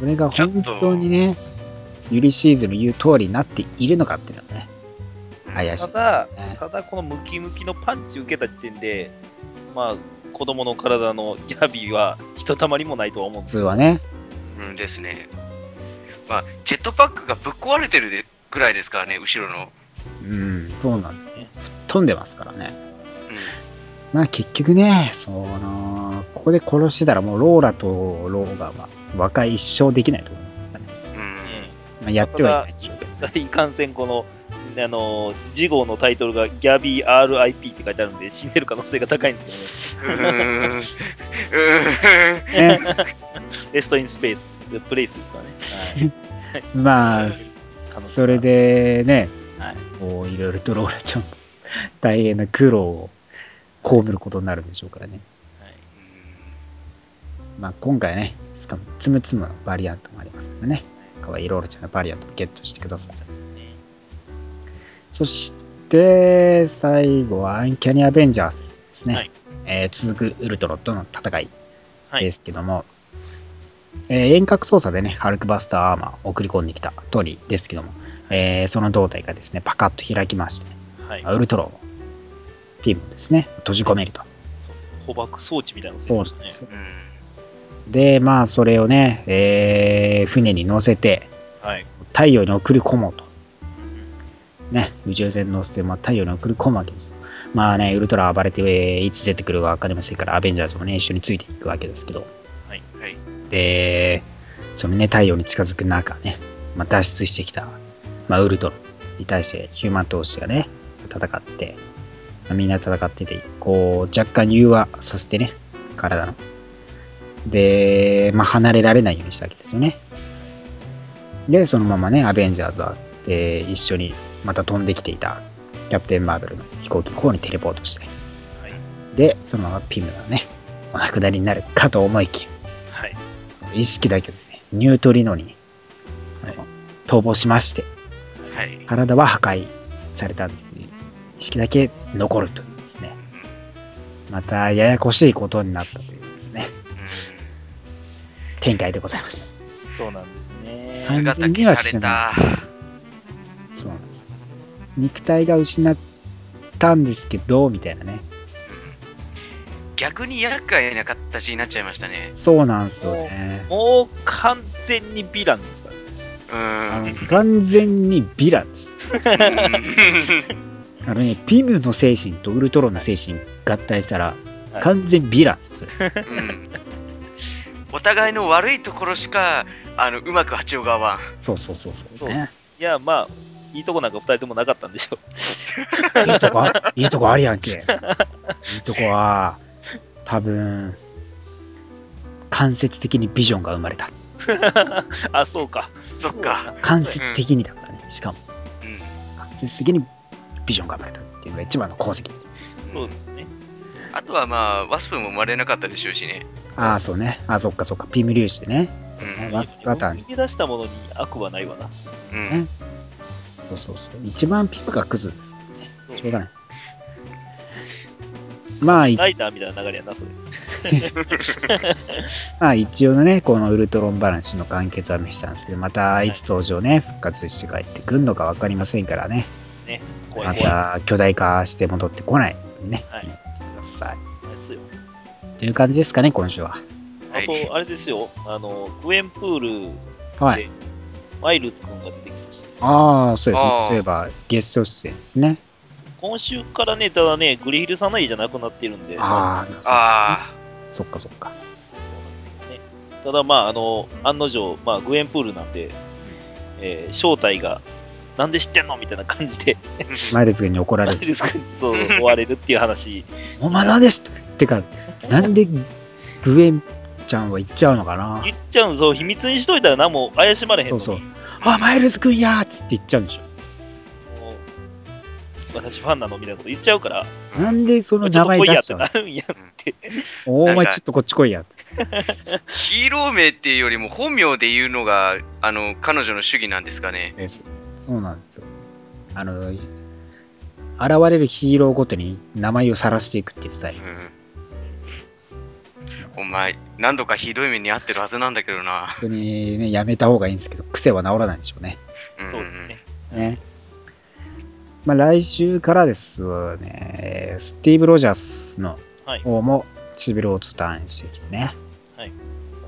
B: これが本当にね、ユリシーズの言う通りになっているのかっていうのはね、
D: う
B: 怪しい
C: ただ、ただこのムキムキのパンチ受けた時点で、まあ、子供の体のギャビーはひとたまりもないとは思うん
B: 普
C: です
B: 通はね。
D: うんですね。まあ、ジェットパックがぶっ壊れてるでぐらいですからね、後ろの。
B: うん、そうなんですね。吹っ飛んでますからね。
D: う
B: まあ結局ね、その、ここで殺してたらもうローラとローガは和解一生できないと思いますからね。
D: ん。うん。
C: ね。
B: まあ、やってはいないでしょうけど。
C: だっていかんせんこの、あの、次号のタイトルがギャビー RIP って書いてあるんで、死んでる可能性が高いんです
D: うーん。うーん
B: ね、
C: よね。レストインスペース、プレイスですからね。
B: まあ、
C: 可能性が
B: それ、でね、
C: はい
B: こういろいろとローラちゃんも 大変な苦労を被ることになるんでしょうからね。
C: はい
B: まあ今回ね、しかもつむつむのバリアントもありますのでね、可愛いローラちゃんのバリアントもゲットしてください。そして、最後はアンキャニアベンジャーズですね。
C: はい
B: えー続くウルトロとの戦い
C: はい
B: ですけども、えー遠隔操作でね、ハルクバスターアーマーを送り込んできたトリですけども、えーその胴体がですね、パカッと開きまして、
C: はい。
B: ウルトロもピンもですね、閉じ込めると。
C: 捕獲装置みたいなの
B: そう
C: で
B: なんですす
C: ね。
B: よ。
D: うん
B: で、まあ、それをね、えー船に乗せて、
C: はい。
B: 太陽に送り込もうと。ね、宇宙船乗せて、まあ、太陽に送り込むわけですよ。まあね、ウルトラ暴れて、えーいつ出てくるか分かりませんから、アベンジャーズもね、一緒についていくわけですけど、
D: はい。
B: で、そのね、太陽に近づく中ね、まあ、脱出してきた、まあ、ウルトラに対してヒューマン投資がね、戦って、まあみんな戦ってて、こう、若干融和させてね、体の。で、まあ、離れられないようにしたわけですよね。で、そのままね、アベンジャーズは、で一緒にまた飛んできていたキャプテン・マーベルの飛行機の方にテレポートして、
C: はい
B: で、そのままピムがね、お亡くなりになるかと思いきや、
C: はい。
B: 意識だけですね、ニュートリノに、あの逃亡しまして、
D: はい。
B: 体は破壊されたんですけど、意識だけ残るというですね、またややこしいことになったというですね、
D: うん
B: 展開でございます。
C: そうなんですね。
B: はい
D: 姿消された。
B: そうなんです肉体が失ったんですけど、みたいなね、
D: 逆に厄介な形になっちゃいましたね。
B: そうなんですよね。
C: もう完全にヴィランですからね。
D: う
B: あ
D: ん。う
B: の
D: ん
B: 完全にヴィランです。あのね、ピムの精神とウルトロンの精神合体したら、
C: はい
B: 完全ヴィランですよ。それ
D: うんお互いの悪いところしか、あの、うまく八尾が合わん。
B: そうそうそうそう、ね。
C: いや、まあ、いいとこなんか2人ともなかったんでしょう。
B: いいとこあ、いいとこあるやんけ。いいとこは、多分、間接的にビジョンが生まれた。
C: あ、そうか。
D: そっか。
B: 間接的にだからね。しかも、
D: うん
B: 間接的にビジョンが生まれたっていうのが一番の功績。
C: そうですね。
D: あとはまあ、ワスプも生まれなかったでしょうしね。
B: ああ、そうね。ああ、そっかそっか。ピム粒子でね。
D: うん
B: ワスプパターン
C: 逃げ出したものに悪はないわな。
D: うん
B: そうそうそう。一番ピムがクズですからね。
C: そう
B: しょうがない。まあ、い
C: ライターみたいな流れやな、それ。
B: まあ一応のね、このウルトロン話の完結は見せたんですけど、またいつ登場ね、復活して帰ってくるのか分かりませんからね、
C: 怖
B: ま
C: い怖
B: た
C: い。
B: 巨大化して戻ってこないようにね、
C: はい
B: 祈ってください。
C: ですよ
B: という感じですかね、今週は。
C: あ
D: はい
C: と、あれですよ。あの、クエンプール、
B: はい。
C: マイルズ君が出てきました。
B: ああ、そうですね
D: あ。ー
B: そういえば、ゲスト出演ですね。
C: 今週からね、ただね、グリヒルさんの家じゃなくなってるんで、
B: ああ、
D: あ
B: そっかそっか。
C: そうなんですよね。ただ、まあ、あの、案の定、まあ、グエンプールなんで、えー正体が、なんで知ってんのみたいな感じで、
B: マイルズ君に怒ら
C: マ
B: れ
C: イ
B: る。
C: ルズ君にそう追われるっていう話、
B: お前なんですってか、なんでグエンちゃんは行っちゃうのかな
C: 言っちゃうんそう、秘密にしといたら何も怪しまれへんの
B: そう
C: に
B: そう。あ、マイルズ君やーっつって言っちゃうんでしょ。
C: もう私ファンなのみたいなこと言っちゃうから、
D: あ。
B: なんでその
C: ち
B: 名
C: ょっと
B: 前
C: 来い
B: 出し
C: やっ
B: ち
C: て
B: ゃう
C: な
B: の
C: るんやって。
B: お前ちょっとこっち来いや。
D: ヒーロー名っていうよりも本名で言うのが、あの、彼女の主義なんですかね。
B: ですそうなんですよ。あの、現れるヒーローごとに名前を晒していくっていうスタイル
D: う。んお前、何度かひどい目に遭ってるはずなんだけどな。
B: 本当にね、やめた方がいいんですけど、癖は治らないんでしょうね。
D: うん
C: そうですね。
B: ね。まあ、来週からですね、スティーブ・ロジャースの
C: はい。
B: 方も唇をちょっとターンしてきてね。
C: はい。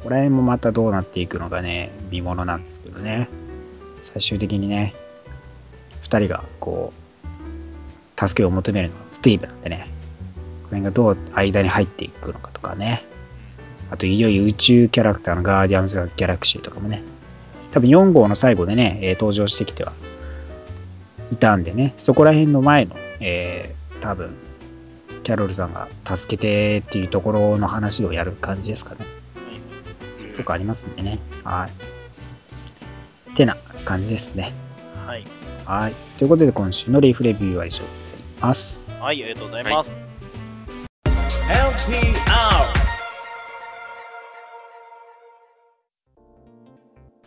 B: これもまたどうなっていくのかね、見ものなんですけどね。最終的にね、二人がこう、助けを求めるのはスティーブなんでね。これがどう間に入っていくのかとかね。あと、いよいよ宇宙キャラクターのガーディアンズ・ギャラクシーとかもね。多分4号の最後でね、えー登場してきてはいたんでね、そこら辺の前の、えー多分キャロルさんが助けてっていうところの話をやる感じですかね。とかありますんでね。はい。てな感じですね。
C: はい。
B: はい。ということで今週のリーフレビューは以上になります。
C: はい、ありがとうございます。
A: NPR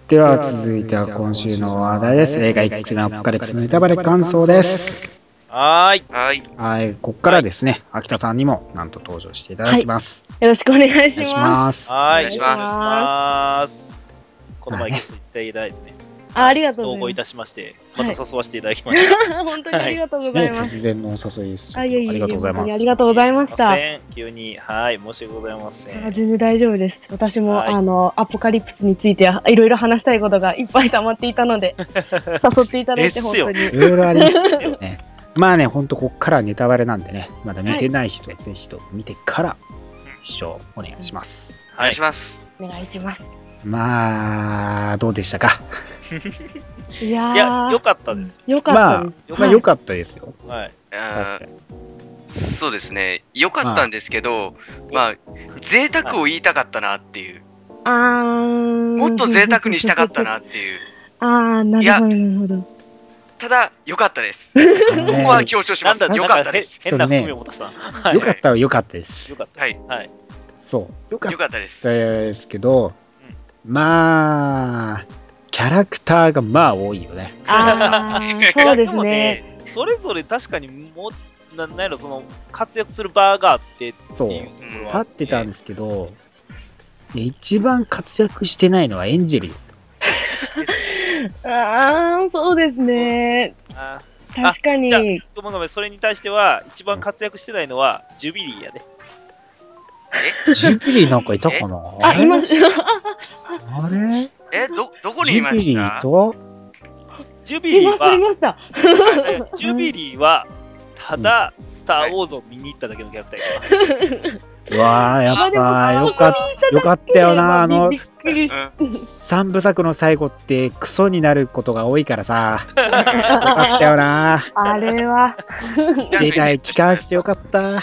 B: では続いては今週の話題です。映画一期のアップからですネタバレ感想です。
C: はーい。
D: はい。
B: はい。ここからですね、秋田さんにもなんと登場していただきます。
E: よろしくお願い
B: お
E: し
B: 願いし
E: ま
B: ます。
E: す。
C: はーい。
D: お願いし
E: ます
C: ます。この前ゲスト行っていただいてね、
E: あありがとう
C: 統
E: ご
C: 合い
E: ざいま
C: たしまして、ま
E: はい
C: た誘わせていただきました。
E: す。本当にありがとうござい
B: ね、
E: ます。
B: 突然のお誘いです。
E: あいえいえいえ
B: ありがとうござい
E: 本当
B: ま
E: にあ
B: す
E: り。がとうございました。
C: す
E: あ
C: いません急に、はい、申し訳ございません。
E: 全然大丈夫です。私も、
C: はい
E: あのアポカリプスについていろいろ話したいことがいっぱい溜まっていたので誘っていただい
C: です
E: て
C: よ
E: 本当に
B: いろいろあり ますよね。まあね、ほんとこっからネタバレなんでね、まだ見てない人はぜひと見てから視聴お願いします。
C: は
D: お願
C: い
D: いし。ます。
E: お願いします。
B: まあ、どうでしたか。
E: いやー
C: いや、良かったです。
E: よかったです。
B: まあ、良かったですよ。
C: はい。
D: あ
B: 確か
D: ー
B: に。
D: そうですね。良かったんですけど、まあ、贅沢を言いたかったなっていう。
E: あー
D: もっと贅沢にしたかった。なっていう。
E: あーなるほどなるほど。
D: ただ、良かったです。
B: あの
D: こ
B: ね
D: こは強調しま
C: なん
D: す。
C: だ、
D: 良かったです。
C: なんか変変な含みを持たせた。はい。
B: 良かったは良かったです。
C: 良かった。
D: はい。
C: はい。
B: そう。良かっ
D: 良かったです
B: た。ですけど、まあ、キャラクターがまあ多いよね。
E: あー そうです
C: も
E: ね。
C: ね、それぞれ確かにもう、ななんやろ、その、活躍する場があってって
B: そう。
C: いう
B: 立
C: ところはあ。
B: ってたんですけど、一番活躍してないのはエンジェルですよ。
E: あーそうですね。
C: あ
E: 確か
C: じゃあ
E: に。
C: ごめんごめん、それに対しては、一番活躍してないのは、ジュビリーやね。
B: ジュビリーなんかいたかな
E: あ、いました。
B: あれ
D: え、ど、どこに
B: ジ
D: いま
B: ュビ
D: し
B: リ
D: た
B: ーと
C: ジュビ
E: い
C: リー
E: ました、い
C: は、
E: ました。
C: ジュビリーは、ただ、スター・ウォーズを見に行っただけのキャラクターやから
B: うわー、やっぱよかった、よかったよな、あの
E: びっ、くりし
B: 三部作の最後ってクソになることが多いからさ、よかったよな、
E: あれは。
B: ジェダイ帰還してよかった。
D: うん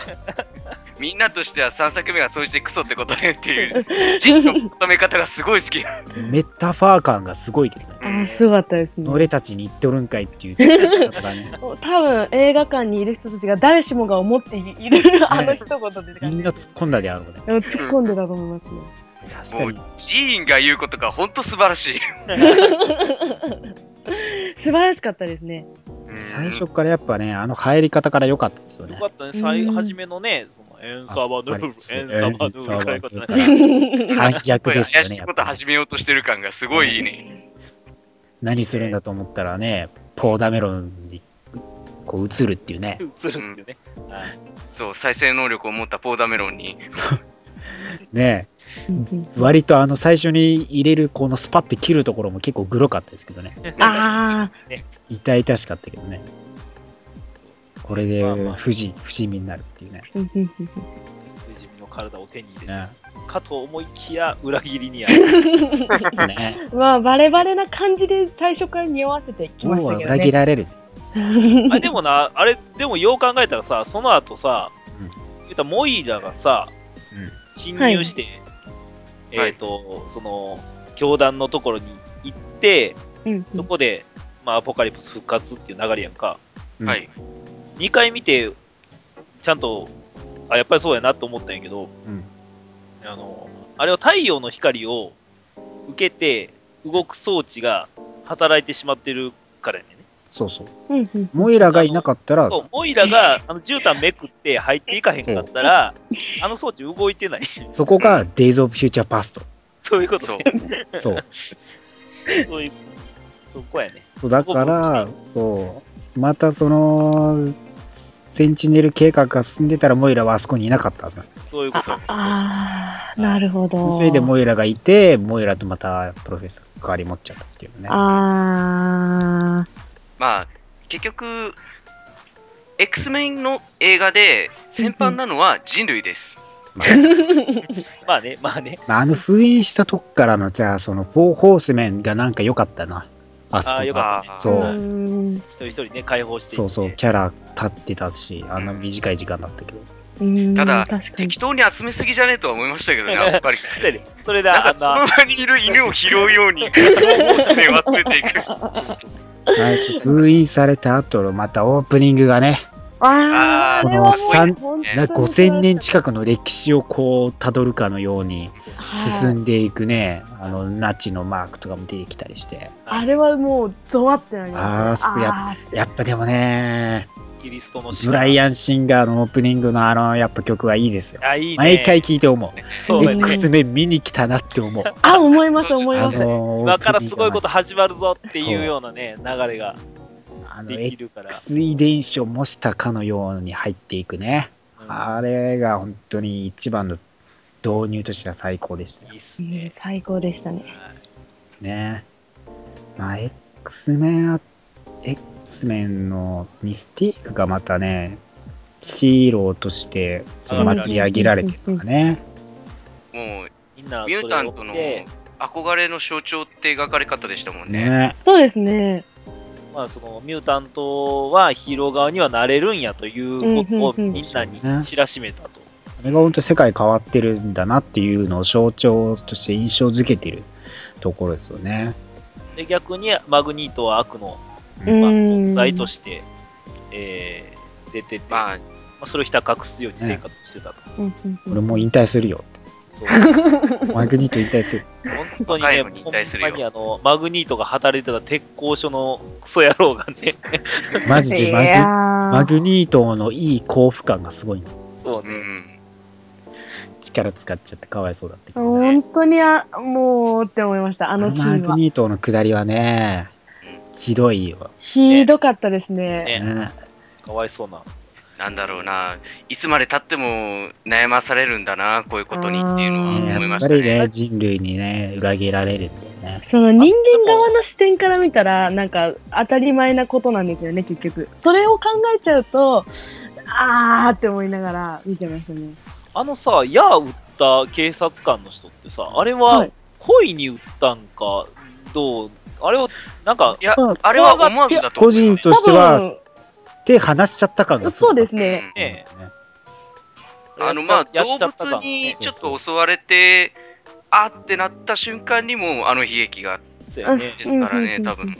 D: みんなとしては3作目がそうしてクソってことねっ ていう、ジンの求め方がすごい好き。
B: メタファー感がすごいけどね。
E: あ、すごかったですね。
B: 俺たちに言っとるんかいっていう言い方がね、
E: 多分映画館にいる人たちが誰しもが思っているあの一言で
B: みんな突っ込んだであろうね。
E: でも突っ込んでたと思いますね。
B: 確かに。
D: ジーンが言うことが本当素晴らしい。
E: 素晴らしかったですね。
B: 最初からやっぱね、あの入り方から良かったですよね
C: よか。ったね、最
E: うん
C: 初めのね、そのエンサーバーヌーブ、エンサーバーヌーブからよかったね。
B: 反逆
D: 怪
B: ですよ
D: し
B: ね
D: い
B: やっ
D: こと
B: ぱね。
D: 始めようとしてる感がすごいいいね。
B: 何するんだと思ったらね、ポーダメロンにこう映るっていうね。
C: 映るっていうね。はい
D: そう、再生能力を持ったポーダメロンに。
B: ねえ割とあの最初に入れるこのスパッて切るところも結構グロかったですけどね
E: あ
B: 痛々しかったけどねこれで
C: まあまあ
B: 不死不死身になるっていうね
E: あ。
C: 自分の体を手に入れ
B: ね
C: るかと思いきや、裏切りにある。
B: ね
E: まあバレバレな感じで最初から匂わせてき
B: も
E: ま
B: う
E: した
B: は
E: けど
B: 裏切
E: ね。
B: られる
C: あでもな、あれ、でもよう考えたらさ、その後さ、
B: うん
C: 言ったらモイダがさ、
B: うん
C: 侵入して、
D: は
C: え
D: い
C: っ、と、その、教団のところに行って、
E: うん
C: そこで、まあ、アポカリプス復活っていう流れやんか。
B: うん
D: はい。
C: 2回見て、ちゃんと、あ、やっぱりそうやなと思ったんやけど、
B: うん
C: あの、あれは太陽の光を受けて動く装置が働いてしまってるからやねんね。
B: そうそう
E: うんうん
B: モイラがいなかったら
C: そう、モイラがあの絨毯めくって入っていかへんかっ たら、あの装置動いて ない。
B: そこが Days of Future Past
C: そういうこと
D: そう
C: ね。。
B: そう
C: そういう、そこやね。
B: そうだからそうまたその、センチネル計画が進んでたらモイラはあそこにいなかったはずなんだ
C: そういうこ
E: あ
C: と
E: あ
C: です
E: あーなるほど。
B: それでモイラがいて、モイラとまたプロフェッサーが変わり持っちゃったっていうね。
E: あ
D: まあ結局 X メンの映画で先般なのは人類です。
C: まあね、まあね。
B: まあ、あの封印したとこからの、じゃあ、その、フォーホースメンがなんか良かったな。あそ
C: ああ、
B: こ
C: よ
B: が。
C: かったね。
B: そう
E: ー うん
C: 一人一人ね、解放していって
B: そうそう、キャラ立ってたし、あんな短い時間だったけど。
E: うん
D: ただ
E: 確かに
D: 適当に集めすぎじゃねえとは思いましたけどね、やっぱり。
C: それでそれで、
D: なん
C: あ
D: か
C: ん
D: その
C: な、
D: 場にいる犬を拾うように、モースメを集めていく。
B: ないし封印された後のまたオープニングがね、
E: あー
D: こ
E: あれ
B: の
E: は
B: 三
E: 本当に
B: な5000年近くの歴史をこう、辿るかのように進んでいくね、あの、ナチのマークとかも出てきたりして。
E: あれはもうゾワってなりますね
B: あーやっ
E: あー
B: やっぱでもね、
C: キリストの死
B: ブライアン・シンガーのオープニングのあの、やっぱ曲はいいですよ。
C: あ、いいね。
B: 毎回聴いて思う。
C: そうだね
B: X メン見に来たなって 思う。
E: あ思います
D: そう
E: 思い
B: あ
E: ます
B: の
C: 今からすごいこと
B: あ
C: 始まるぞっていうようなね、流れが
B: の
C: できるから。
B: X 遺伝子を模したかのように入っていくね。
C: うん
B: あれが本当に一番の導入としては最高でしたよ
C: いいっす
E: うん
C: ね。
E: 最高でしたね
B: ね。まあ、X メン、X メンのミスティークがまたね、ヒーローとしてその祭り上げられてるのがね。
D: もう、
C: みんな、
D: ミュータントの憧れの象徴って描かれ方でしたもんね。
B: ね。
E: そうですね
C: まあ、そのミュータントはヒーロー側にはなれるんやということを
E: うんうんうん
C: みんなに知らしめたと。
B: あれが本当世界変わってるんだなっていうのを象徴として印象づけてるところですよね。
C: で逆にマグニートは悪の、
B: う
C: まあ、
E: ん
C: 存在として、えー出てて、ま
D: まあ、
C: あ、それをひた隠すように生活してたと。
E: うんうんうん
B: 俺もう引退するよ。
C: そう
B: マグニート引退 する。
C: 本当に
D: 若い
C: ね、
D: のに引退するよ
C: ほんまにあのマグニートが働いてた鉄工所のクソ野郎がね、
B: マジでマ
E: い
B: グ
E: や
B: マ
E: ー
B: グニートのいい幸福感がすごいな
C: そう
D: う
C: ね、
D: ん。
B: 力使っちゃってかわいそうだったけど、ね、
E: 本当にあもうって思いましたあ
B: あ
E: の
B: の
E: シー
B: マ
E: ン
B: グ
E: は
B: ニートの下りはねひどいよ、
E: ひどかったですね
C: ね
B: ね、
C: かわいそうな。
D: なんだろうな、いつまでたっても悩まされるんだな、こういうことにっていうのは
E: うん
D: 思い
B: や
D: ま
B: っ
D: し
B: ぱ
D: た
B: り
D: ね。
B: ね人類にね裏切られるんだよね
E: その人間側の視点から見たらなんか当たり前なことなんですよね結局それを考えちゃうとあーって思いながら見てましたね
C: あのさ、矢撃った警察官の人ってさ、あれは恋に撃ったんか、どう、あれを、なんか、
D: いや
B: まあ、
D: あれは思わずだと
B: 個
D: 思い
B: 人
D: ます。
B: としては
E: 多
B: 手離しちゃった感が
E: 分そうですすね
D: うん
B: ね
C: ね
D: あの、まあ、
C: やっちゃ
D: 動
C: やっちゃった
D: 物
C: 感
D: に
C: ね
D: ちょっと襲われて、あーってなった瞬間にもうあの悲劇が
C: そうやね
D: ですからね、
E: うん
D: 多分。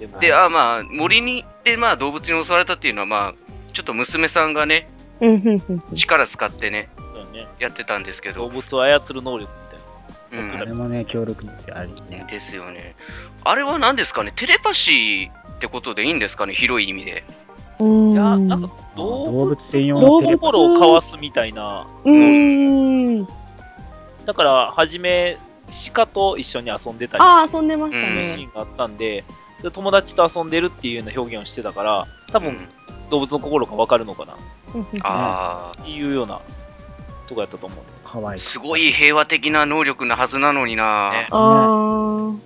C: でも
D: で、あまあ、森に行って、まあ、動物に襲われたっていうのは、まあ、ちょっと娘さんがね、
E: うんうんうん
D: 力使ってね、
C: そうやね
D: やってたんですけ
C: 動
D: ど、
C: 物を操る能力みたいな。
D: う
B: あ
D: ん、
B: れもね強力ですよあれね
D: ですよね。あれは何ですかね、テレパシーってことでいいんですかね、広い意味で。
E: うん
C: いや、なんか動
B: 動
C: 物
B: 物専用のテレパ
C: 心をかわすみたいな。
E: うーん
C: だから、初め、鹿と一緒に遊んでたりっ
E: ああ遊んでました
C: て
E: ね
C: いうシーンがあったんで、で友達と遊んでるっていうような表現をしてたから、多
D: う
C: 分
D: ん
C: 動物の心がわかるのかなっ
E: うんうんうん
D: ああ、
C: ていうようなとこやったと思う。
B: かわいい
D: すごい平和的な能力なはずなのにな。
C: ね
E: あー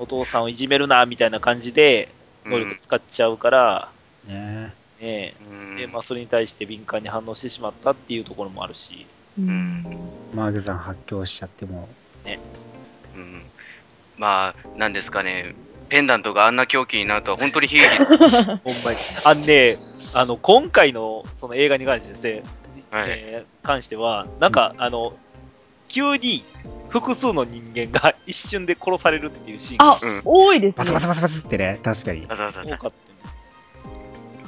C: お父さんをいじめるなみたいな感じで
D: う
C: 能
D: ん
C: 力使っちゃうから、
B: ね
C: ね
D: うん
C: でまあ、それに対して敏感に反応してしまったっていうところもある し、
E: うん
B: マグさん発狂しちゃっても
D: うんまあ、なんですかね、ペンダントがあんな狂気になるとは、本当に悲劇だ。
C: ほんまに。あのね、あの今回のその映画に関してですね、
D: はい
C: えー関しては、なんか、あの急に複数の人間が 一瞬で殺されるっていうシーンが
E: あ
D: うん
E: 多いです
B: バスバス
E: ね
B: バスバスってね確かに
D: わざわざ
C: 多かっ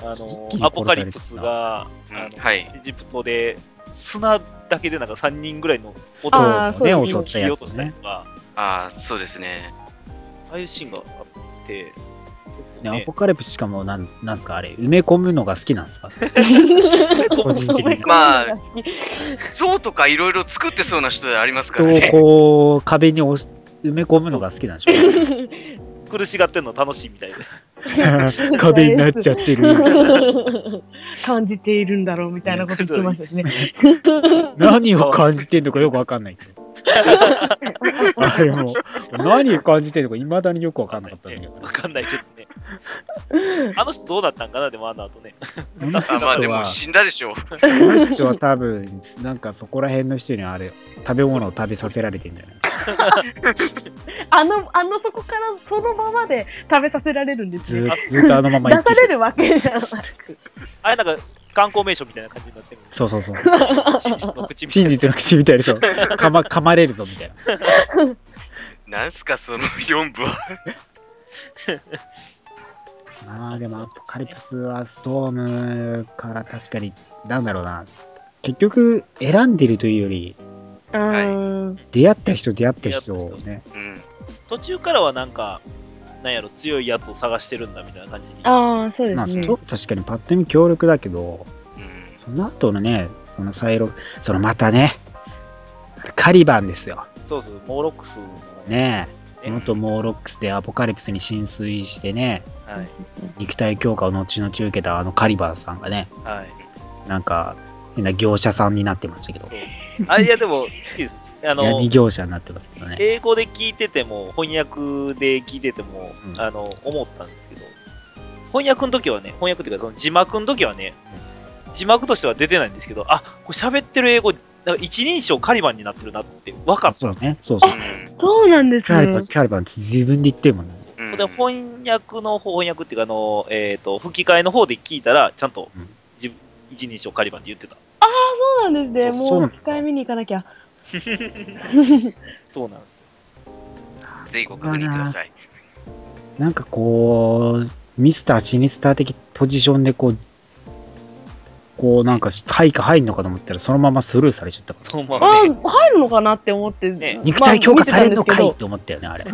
C: たあ
B: 一気に殺されて
C: の
B: た
C: アポカリプスが、
D: うん
C: あの
D: はい
C: エジプトで砂だけでなんか3人ぐらいの
B: スト
C: 男
E: あーそう
B: ー
E: そ
B: ム
E: う
B: ね襲
E: そう
B: った
C: 切り
B: や
C: 落と
B: つ
C: したり
B: ね
C: とか、
D: ああ、そうですね。
C: ああいうシーンがあって、結構
B: ね、ア
C: ね
B: ポ、カリプスしかもなん、なんすかあれ、埋め込むのが好きなんです か個人的に。
D: まあ、像とかいろいろ作ってそうな人ではありますか
B: 人
D: ら
B: を
D: ね。
B: こう、壁に押し埋め込むのが好きなんでしょ
C: 苦しがってんの楽しいみたいで、
B: 壁になっちゃってる。
E: 感じているんだろうみたいなこと言ってましたしね。
B: 何を感じてんのかよくわか んないけど。あれも、何を感じてんのか未だによくわかんなかったんだけど。
C: わかんないけど ね。あの人どうだったんかな、でもあの後ね。
B: この人
D: あまあでも
B: は、
D: 死んだでしょ。
B: この人は多分、なんかそこら辺の人にあれ、食べ物を食べさせられてんじゃない
E: あの、あの、そこからそのままで食べさせられるんです
B: ず
E: よ。
B: ずっとあのまま
E: 出さ
B: て
E: れるわけじゃなく。
C: あれなんか観光名所みたいな感じになってる。
B: そうそうそう。
C: 真実の口みたい
B: 真
C: な。
B: 実の口みたいにそう。かま、噛まれるぞみたいな。
D: なんすか、その4部は。
B: まあでもアポカリプスはストームから確かに、なんだろうな。結局、選んでるというより、
E: うーん。
B: 出会った人出会った人をね。
D: うん。
C: 途中からはなんか、なんやろ、強いやつを探してるんだみたいな感じに。
E: ああ、そうで
B: まあ、
E: す
B: ス
E: ね。
B: ト確かにパッと見強力だけど、
D: うん。
B: その後のね、そのサイロ、そのまたね、カリバンですよ。
C: そうそう、モーロックスの。
B: ねえ。
C: ね
B: 元モーロックスでアポカリプスに浸水してね、
C: はい。
B: 肉体強化を後々受けたあのカリバンさんがね、
C: はい。
B: なんか、変な業者さんになってましたけど、
C: あ、いや、でも、好きです。あの、
B: 闇業者になってますけどね。
C: 英語で聞いてても、翻訳で聞いてても、
B: うん
C: あの、思ったんですけど、翻訳の時はね、翻訳っていうか、その字幕の時はね、字幕としては出てないんですけど、あ、これ喋ってる英語、なんか一人称カリバンになってるなって分かった。
B: そうね、そうそう。
E: そうなんです
B: カリバ
E: ね
B: ン、。カリバンって自分で言ってるもんね。
D: うん
C: これ翻訳の方、翻訳っていうか、あの、えっ、と、吹き替えの方で聞いたら、ちゃんと
B: うん、
C: 自分一人称カリバンって言ってた。
E: そうなんですね。
B: そう
E: もう一回見に行かなきゃ。
C: そうなんです。
D: ぜひご確認ください。
B: なんかこう、ミスターシニスター的ポジションでこう、こうなんか対価入んのかと思ったらそのままスルーされちゃったから。
C: そうま
E: あ
C: あね、
E: ー入るのかなって思って。
C: ね
B: 肉体強化されるのか
E: まあ
B: い
E: 見て
B: と思ったよね、あれ。
D: と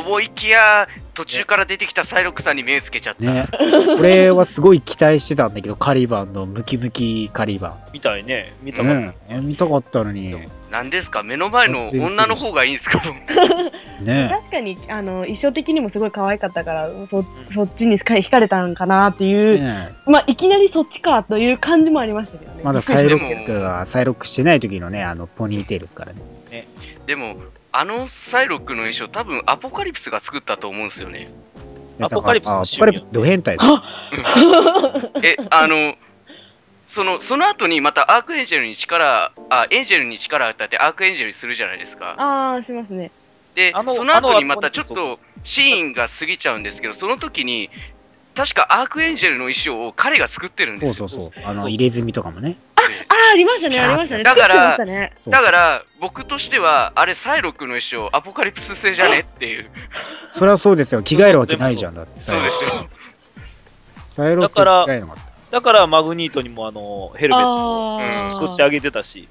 D: 思いきや、途中から出てきたサイロックさんに目つけちゃった。
B: ね。俺はすごい期待してたんだけど、カリバンのムキムキカリバ
C: みたいね。見
B: ン。
C: た
B: う
C: かった。
B: ん。え見たかったのに。
D: なんですか目の前の女の方がいいんですか
E: たん
B: ね
E: ですけど確かに、あの、衣装的にもすごい可愛かったから、そそっちに惹かれたんかなっていう、
B: ね
E: まあ、いきなりそっちかという感じもありましたけどね。
B: まだサイロッ
D: で
B: ク
D: も
B: は、サイロックしてない時のね、あの、ポニーテールですからね。
D: でも、あのサイロックの衣装、多分アポカリプスが作ったと思うんですよね。
C: アポカリプス
B: あ
C: の
B: ア
C: 趣味
B: ポカリプスド変態だ。
D: え、あの、そのその後にまたアークエンジェルに力、あエンジェルに力を与えてアークエンジェルにするじゃないですか。
E: ああ、しますね。
D: で、
C: あの
D: その後にま
C: あ
D: た
C: の
D: ちょっ
C: そうそう
D: とシーンが過ぎちゃうんですけど、その時に、確かアークエンジェルの衣装を彼が作ってるんです
B: そ
D: よ
B: う。そうそう。あ
C: そ
B: の、
C: う
B: 入れ墨とかもね。
E: ああ、ありましたね、ありましたね。
D: だから
E: 作ってましたね
B: そう
D: だから僕としてはあれサイロックの衣装アポカリプス製じゃねっていう
B: それはそうですよ。着替えるわけないじゃんだって。
D: そうですよ
B: サイロック着替えなかった。
C: だから、マグニートにも、あの、ヘルメット
E: あ
D: う
E: あ、
C: 作ってあげてたし、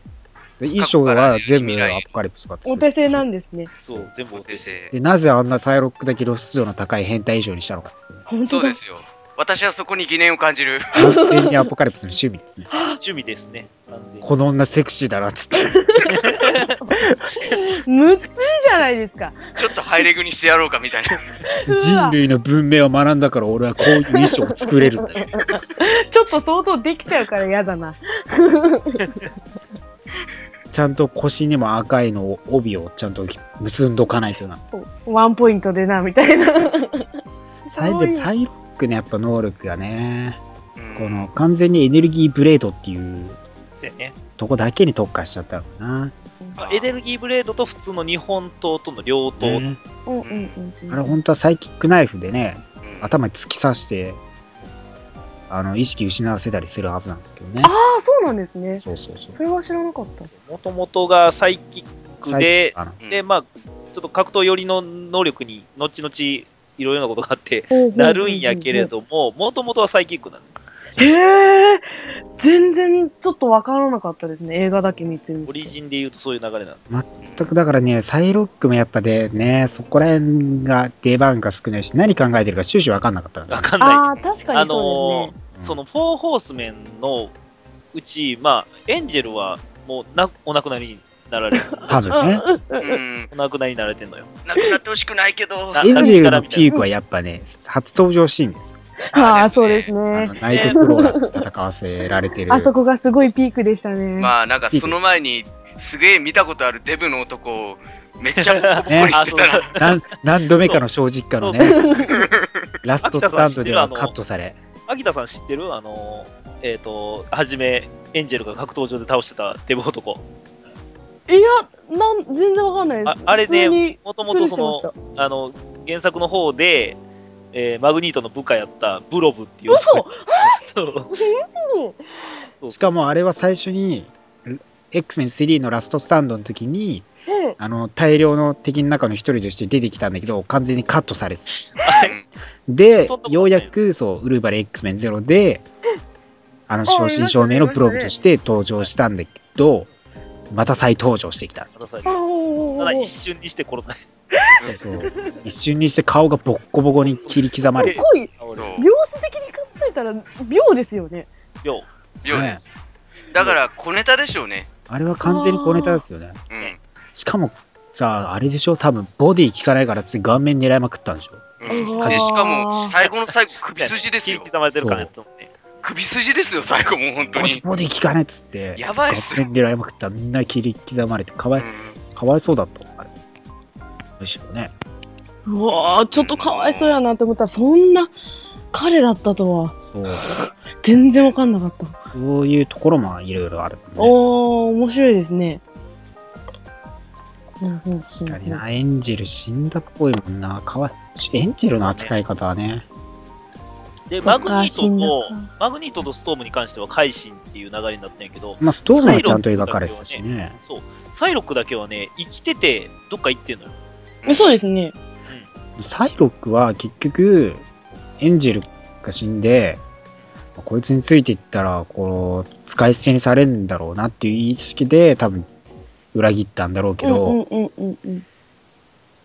B: で衣装は全部アポカリプスが
E: お
B: 作
E: 手
B: る。
E: 製なんですね。
C: そう、全部お手製
B: で、なぜあんなサイロックだけ露出度の高い変態衣装にしたのかですね。
E: 本
D: そ
E: 当
D: う
E: だ
D: で。すよ私はそこに疑念を感じる
B: 完全にアポカリプスの趣味ですね。
C: 趣味ですね。完全に
B: この女セクシーだなっつって。
E: むっついじゃないですか。
D: ちょっとハイレグにしてやろうかみたいな
B: 人類の文明を学んだから俺はこういう衣装を作れるんだよ。
E: ちょっと想像できちゃうから嫌だな。
B: ちゃんと腰にも赤いのを帯をちゃんと結んどかないとな。
E: ワンポイントでな、みたい な。
B: サイ
E: そ
B: で
E: ういう
B: もサイロックね、やっぱ能力がね、
D: うん
B: この完全にエネルギーブレードっていう
C: そうやね。
B: とこだけに特化しちゃったのかな。
C: まあエネルギーブレードと普通の日本刀との両刀、
B: ね
E: うんうんうんうん。
B: あれ本当はサイキックナイフでね、
D: うん
B: 頭に突き刺して、あの、意識失わせたりするはずなんですけどね。
E: ああ、そうなんですね。
B: そうそうそう。
E: それは知らなかった。
C: もともとがサイキックで、
B: あの
D: うん
C: で、まあ、ちょっと格闘寄りの能力に、後々、いろいろなことがあって、
E: ほうほうほうほう
C: なるんやけれ。ども、もともとはサイキックなの。
E: へえ、全然ちょっとわからなかったですね。映画だけ見てみて。
C: オリジンで言うとそういう流れなの。
B: 全くだからね、サイロックもやっぱでね、そこら辺が出番が少ないし、何考えてるか終始わかんなかったんだ
C: わ
B: よ
C: かんない。
E: ああ、確か
C: あ
B: う
C: の
E: にそうで
B: ん
C: ー、その、フォーホースメンのうち、まあ、エンジェルはもうなお亡くなりになられ る。
B: 多分ね。
E: う
D: うん
E: うん
D: ん
C: お亡くなりになられてんのよ。
D: なくなってほしくないけど
C: な
B: エグジルのピークはやっぱね、初登場シーンですよ。
E: ああ、そうです
B: あ
E: ね
B: の。ナイトクローラーと戦わせられてる。
E: あそこがすごいピークでしたね。
D: まあなんかその前にすげえ見たことあるデブの男をめっちゃボコボコにしてた な、
B: 何何度目かの正直かのね、ラストスタンドではカットされ、
C: 秋田さん知ってるあの、えっ、と、はじめ、エンジェルが格闘場で倒してたデブ男。
E: いや、なん全然わかんないです。
C: ああれね
E: 普通に
C: もともとそ
E: スルー
C: の
E: して、
C: あの、原作の方で、えーマグニートの部下やったブロブっていう。
E: 嘘
C: そう
E: 嘘
C: そう
B: しかもあれは最初に、X-Men 3のラストスタンドの時に、
E: え
B: あの大量の敵の中の一人として出てきたんだけど、完全にカットされて
C: あれ
B: で
C: そんなことな、い
B: ようやくそうウルヴァレ X メンゼロで、あの正真正銘のプロブとして登場したんだけど、また再登場してきた。
C: またさ
E: あおー
C: ただ一瞬にして殺されて
B: そうそう一瞬にして顔がボッコボコに切り刻まれて、
E: 恋、
C: 倒れ
D: そう
C: る
E: 秒数的に考えたら秒ですよね。
C: よ
D: よ
B: ね
D: だから小ネタでしょうね、
B: あれは完全に小ネタですよね。
D: うん
B: しかもさ、あれでしょ、多分ボディ効かないからつい顔面狙いまくったんでしょ。
D: う
E: あ
D: ん、
E: ー
D: でしかも最後の最後首筋です
C: 切り
D: よ
C: 刻まれてるからやったもんね。
D: 首筋ですよ最後もう本当
B: こいつ
D: に、
B: ボディ効かないっつって、
D: やばいっすよ
B: 顔面狙いまくったらみんな切り刻まれて、かわ
D: う
B: い,、
D: ん
B: かわいそうだった。あれむしろね。
E: うわあ、ちょっとかわいそうやなって思ったら、そんな彼だったとは
B: そう
E: 全然わかんなかった。
B: そういうところもいろいろある、ね。
E: おー、面白いですね。うんうんうん
B: 確かにな、エンジェル死んだっぽいもんな。かわいエンジェルの扱い方はね、
C: で、
E: そ
C: マ
E: っ
C: グ
E: か
C: ニート
E: 死んだ
C: と
E: か、
C: マグニートとストームに関しては改心っていう流れになったんやけど、
B: まあ、ストームはちゃんと描かれてたしね。
C: そう、サイロックだけはね、生きてて、どっか行ってんのよ。
E: うんそうですね。
B: サイロックは結局、エンジェルが死んで、こいつについていったら、こう、使い捨てにされるんだろうなっていう意識で、多分、裏切ったんだろうけど、
E: うんうんうんうん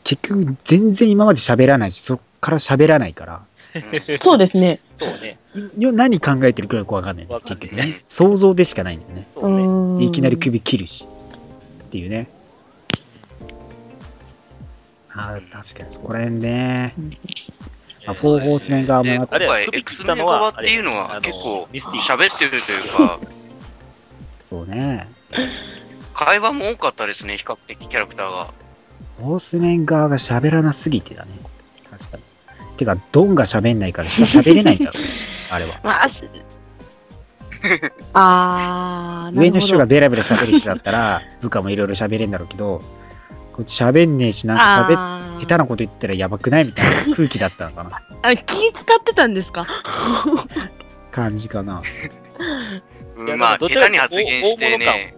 B: 結局、全然今まで喋らないし、そっから喋らないから、
E: うん。そうですね。
C: そうね。
B: い何考えてるかよくわかんないんだよ
C: わかんない
B: 結局ね。想像でしかないんだよね。
C: そううね。
E: ーん。
B: いきなり首切るし。っていうね。あー確かにそこら辺ね。あ、フォーホースメン側もやっ
D: あ
B: ぱ
D: れ
B: り
D: や
C: は
D: 今回 X メン側っていうのは結構喋ってるというか
B: そうね。
D: 会話も多かったですね比較的キャラクターが
B: ホースメン側が喋らなすぎてだね。確かに。てか、ドンが喋んないから下喋れないんだ ろうね。あれは。
E: まあ、し あー、な
B: 上
E: る
B: の
E: ほ
B: 人
E: ど
B: がベラベラ喋る人だったら、部下もいろいろ喋れんだろうけど、こっち喋んねえし、なんか喋っ
E: あー
B: 下手なこと言ったらやばくないみたいな 空気だったのかな。
E: あ気使ってたんですか
B: 感じかな。
C: いや
D: まあ
C: でもどちら
D: 下手
C: かと
D: に発言してね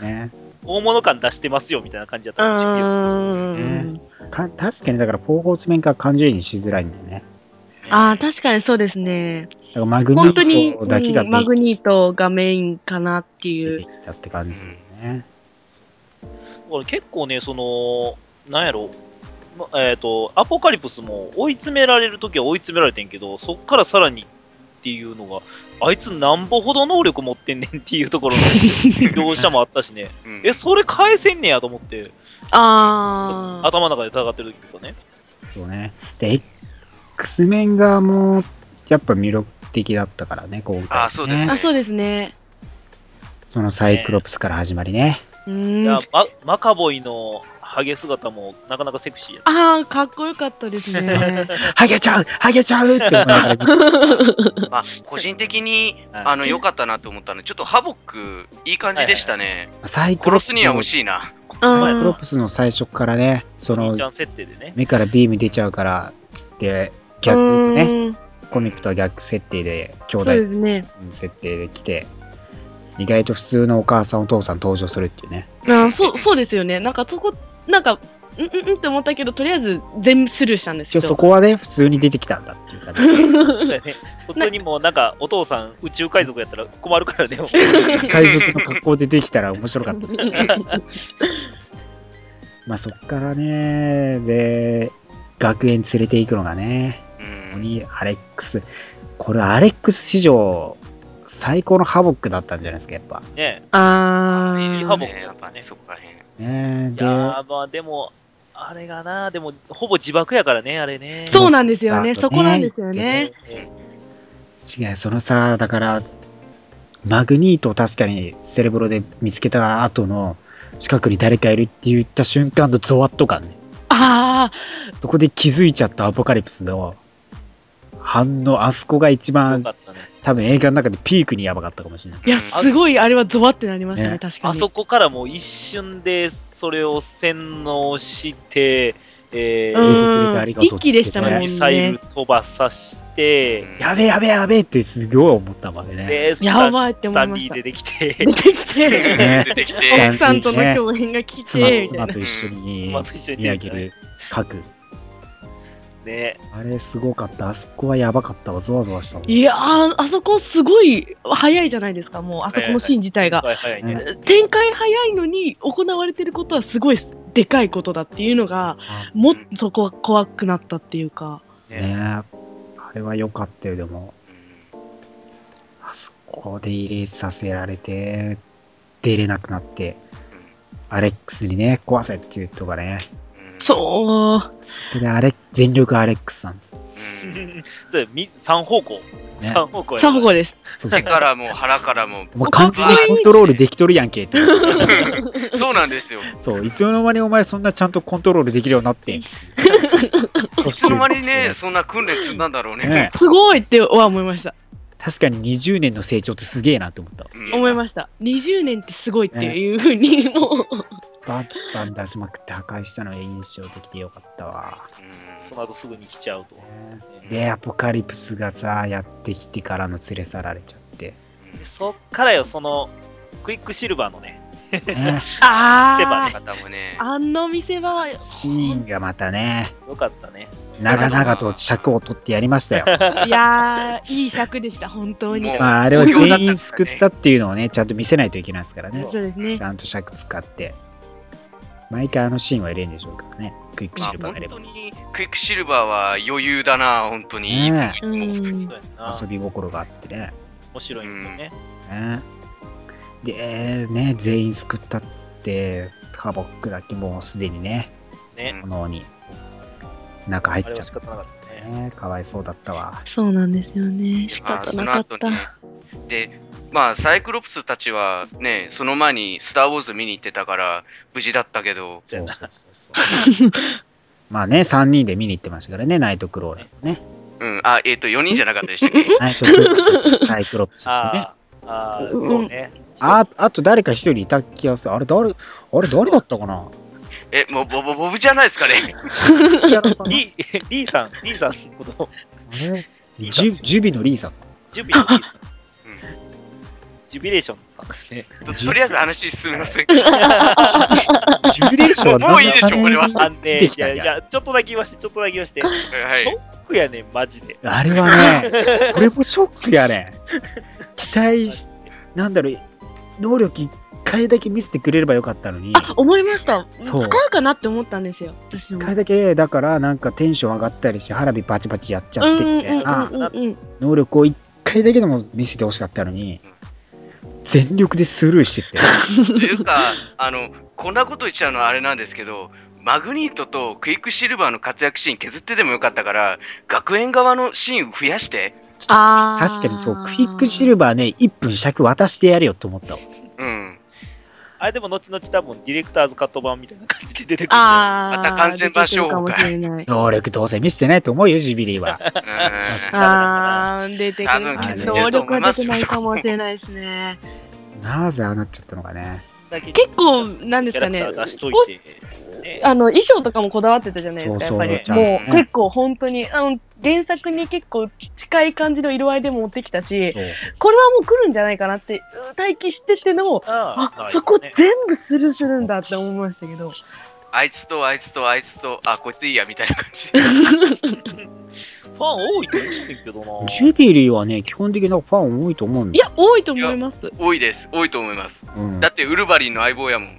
B: ね。
C: 大物感出してますよみたいな感じだったらしいけど
E: ん
B: ねか確かに、だから、フォーホース面から感情移入しづらいんだよね。
E: ああ、確かにそうですね。
B: だからマグニ
E: 本当に
B: ー、トだけが
E: うんマグニー
B: ト
E: トがメインかなって
B: 出
E: い
B: て
E: う。
B: きたって感じだよね。
C: 俺結構ね、その、なんやろ、まえっ、と、アポカリプスも追い詰められるときは追い詰められてんけど、そっからさらにっていうのが、あいつなんぼほど能力持ってんねんっていうところの描写もあったし ね、
D: うん
C: え、それ返せんねやと思って、
E: ああ。
C: 頭の中で戦ってる時とかね。
B: そうね。で、X 面側も、やっぱ魅力的だったからね、今回、ね。
D: あそうです
E: あ、そうですね。
B: そのサイクロプスから始まりね。
E: う
C: い
E: ん。
C: や
E: あ、
C: ママカボイのハゲ姿もなかなかセクシーや
E: あー、かっこよかったで すね。
B: ハゲちゃうハゲちゃうって思いな がら見て
D: まあ、個人的に
C: はい
D: あの良かったなと思ったのちょっとハボックいい感じでしたね、
B: サイクロプ
D: 殺
B: ス
D: すには
B: の
D: 惜しいな
B: サイクロプスの最初からね、そ
C: お
B: の
C: 兄ちゃん設定でね。
B: 目からビーム出ちゃうからつって逆
E: うん
B: ね、コミックとは逆設定で兄
E: そうで
B: 弟
E: すね。
B: 設定で来て意外と普通のお母さんお父さん登場するっていうね
E: あーそう、そうですよね。なんかそこ、なんか、うんうんうんって思ったけど、とりあえず全部スルーしたんです
B: 一
E: け
B: 応そ
E: ど。
B: こはね普通に出てきたんだっていう感じ
C: そうだよね 普通にもうなんかお父さん宇宙海賊やったら困るからね。 もう
B: 海賊の格好でできたら面白かったまあそっからねで学園連れていくのがね
D: う
B: ここ
D: ん
B: にアレックスこれアレックス史上最高のハボックだったんじゃないですか、やっぱ。
C: ね
E: あ
D: いい
C: リ
D: で
C: ハ
D: す
C: も
D: ね、やっぱね、そこら辺。
B: ね
C: い
B: で、
C: やーまあでも、あれがな、でも、ほぼ自爆やからね、あれね。
E: そうなんですよね。
B: さあ
E: そこなんですよね。
C: えー
B: 違う、そのさ、だから、マグニートを確かにセレブロで見つけた後の、近くに誰かいるって言った瞬間のゾワッと感ね。
E: あ
B: そこで気づいちゃったアポカリプスの反応、あそこが一
C: よ
B: 番
C: かったね。
B: 多分映画の中でピークにやばかったかもしれない。
E: あ、いや、すごい、あれはゾワってなりましたね、
B: ね
E: 確かに。
C: あそこからもう一瞬でそれを洗脳して、え
E: う
B: 入
E: ん
B: れて
C: ー、
B: くれてありがとうっつって
E: 一気でしたもん
C: ミサイル飛ばさして、
D: うん
B: やべえやべえやべえってすごい思ったわけね。
C: で、スタ
E: やばいって
C: ス
E: 思
C: タ
E: い
C: ン
E: ま
C: リ
E: し
C: ー
E: た
C: 出。てき て、
E: 出てきて、
B: ね
D: 出てき
B: ね
D: て、
E: 奥さんとの共演が来
B: 妻
E: て、みた
B: 妻
E: いな。
B: と一緒に
C: また一緒に
B: 見上げる核。
C: ね、
B: あれすごかった。あそこはやばかったわ。ゾワゾワしたもん。
E: いやー、あそこすごい早いじゃないですか、もう、あそこのシーン自体が。
C: はいはいね。
E: 展開早いのに行われてることはすごいでかいことだっていうのがもっとこ怖くなったっていうか
B: ねあれは良かったよ。でも、あそこで入れさせられて、出れなくなって、アレックスにね、壊せって言うとかね。
E: そう
B: それでアレ全力アレックスさん。
D: うん。うん
C: そうみ三方向。
B: ね
C: 三方向や
E: サフゴです
B: そう
D: 手
B: そう。
D: からも腹からも、
B: もう完全にコントロールできとるやんけって。
D: そうなんですよ。
B: そう、いつの間にお前そんなちゃんとコントロールできるようになって。い
D: その間にね、そんな訓練積んだんだろう
B: ね
D: ね。
E: すごいっては思いました
B: 確かに20年の成長ってすげえなって思った。
D: うん
E: 思いました20年ってすごいっていうふうにもう
B: バンバン出しまくって破壊したのが印象的でよかったわ。
D: うん
C: その後すぐに来ちゃうと。
B: で、アポカリプスがさ、やってきてからの連れ去られちゃって。
C: でそっからよ、その、クイックシルバーのね、
B: ね、
C: セバ
E: あ
C: ね
E: ー
D: 方もね、
E: あの見せ場は
B: シーンがまたね、
C: よかったね。
B: 長々と尺を取ってやりましたよ。
E: いやーいい尺でした本当に
D: もう
B: まあ、あれは全員救ったっていうのをね、ちゃんと見せないといけないですからね。
E: そうですね
B: ちゃんと尺使って。毎回あのシーンは入れるんでしょうからね。クイック
D: まあ
B: シルバー
D: 本
B: がいれば
D: 当。にクイックシルバーは余裕だな、本当に。いつも
B: ね
D: いつ
E: う
D: も。
C: そ
E: ん
C: うやんな
B: 遊び心があってね。
C: 面白いんですよね。
B: ねで、ね、全員救ったって、ハボックだけもうすでにね、
C: ね、
B: 炎に中入
C: あ
B: っ
C: れ
B: ちゃ
C: は
B: っ
C: 仕
B: た
C: 方なかったね。
B: ね。かわいそうだったわ。
E: そうなんですよね仕
D: まあ
E: 方なかっ
D: その後
E: た
D: にで、まあ、サイクロプスたちはね、その前にスター・ウォーズ見に行ってたから、無事だったけど、
B: そうそうそうそう。まあね、3人で見に行ってましたからね、ナイトクローラーとね。
D: うん、あ、えっ、と、4人じゃなかったでしたっ け
B: ナイトクローラーとサイクロプスとね。
C: あーあー、そうね。
B: ああと誰か一人いた気がする。あれ誰、あれ誰だったかな
D: え、もう、ボボボブじゃないですか ね。
C: リ ー、リーさん、リーさんのこと、
B: あれジュジュビのリーさん。
C: ジュビリーさん。ジュビレーションさんですね。
D: と
B: ジュ
D: とりあえず話進めません。
B: ジュビレーションは
D: もういいでしょこれは
C: あんね、
B: で
C: い
B: きた
C: や
B: ん
C: い
B: や
C: や、ちょっとだけ言わして、ちょっとだけ言わして。
D: は
C: シ
D: い
C: ョ。ックやねん、マジで。
B: あれはね、これもショックやね。期待し、なんだろう、能力一回だけ見せてくれればよかったのに、
E: あ思いました使
B: そう
E: うかなって思ったんですよ私
B: 一
E: も
B: 回だけ、だからなんかテンション上がったりして、花火バチバチやっちゃってみたいな
E: うんうんうんうんうん
B: 能力を一回だけでも見せてほしかったのに、全力でスルーしてって。
D: というか、あの、こんなこと言っちゃうのはあれなんですけど、マグニートとクイックシルバーの活躍シーン削ってでもよかったから、学園側のシーン増やして、
E: あー
B: 確かにそう、クイックシルバーね、1分尺渡してやれよと思ったわ。
D: うん。
C: あれでも、後々多分、ディレクターズカット版みたいな感じで出てくる。
E: あー
D: また感染場所を
E: 出てくるかもしれない。
B: 能力どうせ見せてないと思うよ、ジュビリーは。
D: うん
E: あー、出てくる
D: 多
B: 分気づい。て
E: 能
D: ると思
E: 力
D: い
E: が
D: ま
E: 出
D: す
E: て
D: よ
E: ないかもしれないですね。
B: なぜああなっちゃったのかね。
C: だけ
E: 結構、なんですか
C: キ
E: ね
C: ャラクター、出しと
E: 少し
C: いて。ね
E: あの衣装とかもこだわってたじゃないです
B: そ
E: か、
B: うそう
E: やっ
B: ち
E: ぱ
B: ゃ
E: り。
B: んと
E: も
B: ね
E: う結構本当に、あの原作に結構近い感じの色合いでも持ってきたし、
B: そう
E: これはもう来るんじゃないかなって、待機してての、
C: あー
E: あそこ全部スルーするんだって思いましたけど。
D: あいつとあいつとあいつと、あ、こいついいやみたいな感じ。
C: ファン多いと思うねんけどな。
B: ジュビリーはね、基本的なファン多いと思うん
E: い
B: だ
E: や、多いと思います。
D: 多いです、多いと思います。
B: うん
D: だってウルヴァリンの相棒やもん。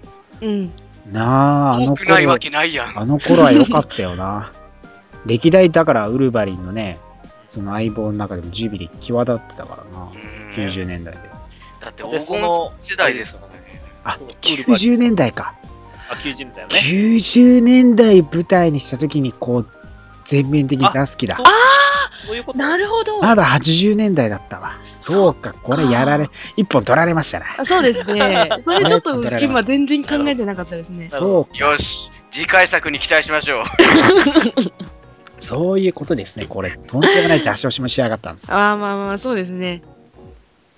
E: うん。
B: なあ、あ
D: 多
B: の
D: くない
B: 頃
D: わ、けないやん。
B: あの頃は良かったよな。 歴代だからウルヴァリンのね、その相棒の中でもジュビリー際立ってたからな
D: う。んね。
B: 90年代で。
D: だって
C: で
D: 黄
C: そ
D: 金
C: の
D: 世代ですもんね。
B: あ
C: そう、
B: 90年代か。
C: あ、90年代よね。
B: 90年代舞台にした時に、こう、全面的に出す気だ
C: あ。そういうこと
E: なるほど。
B: まだ80年代だったわ。そうか、これやられ、一本取られましたね。
E: あそうですね。それちょっと今全然考えてなかったですね。
C: なるほ
B: そう
D: よし、次回作に期待しましょう。
B: そういうことですね。これ、とんでもない出し惜しみしやがったんです。
E: ああまあまあそうですね。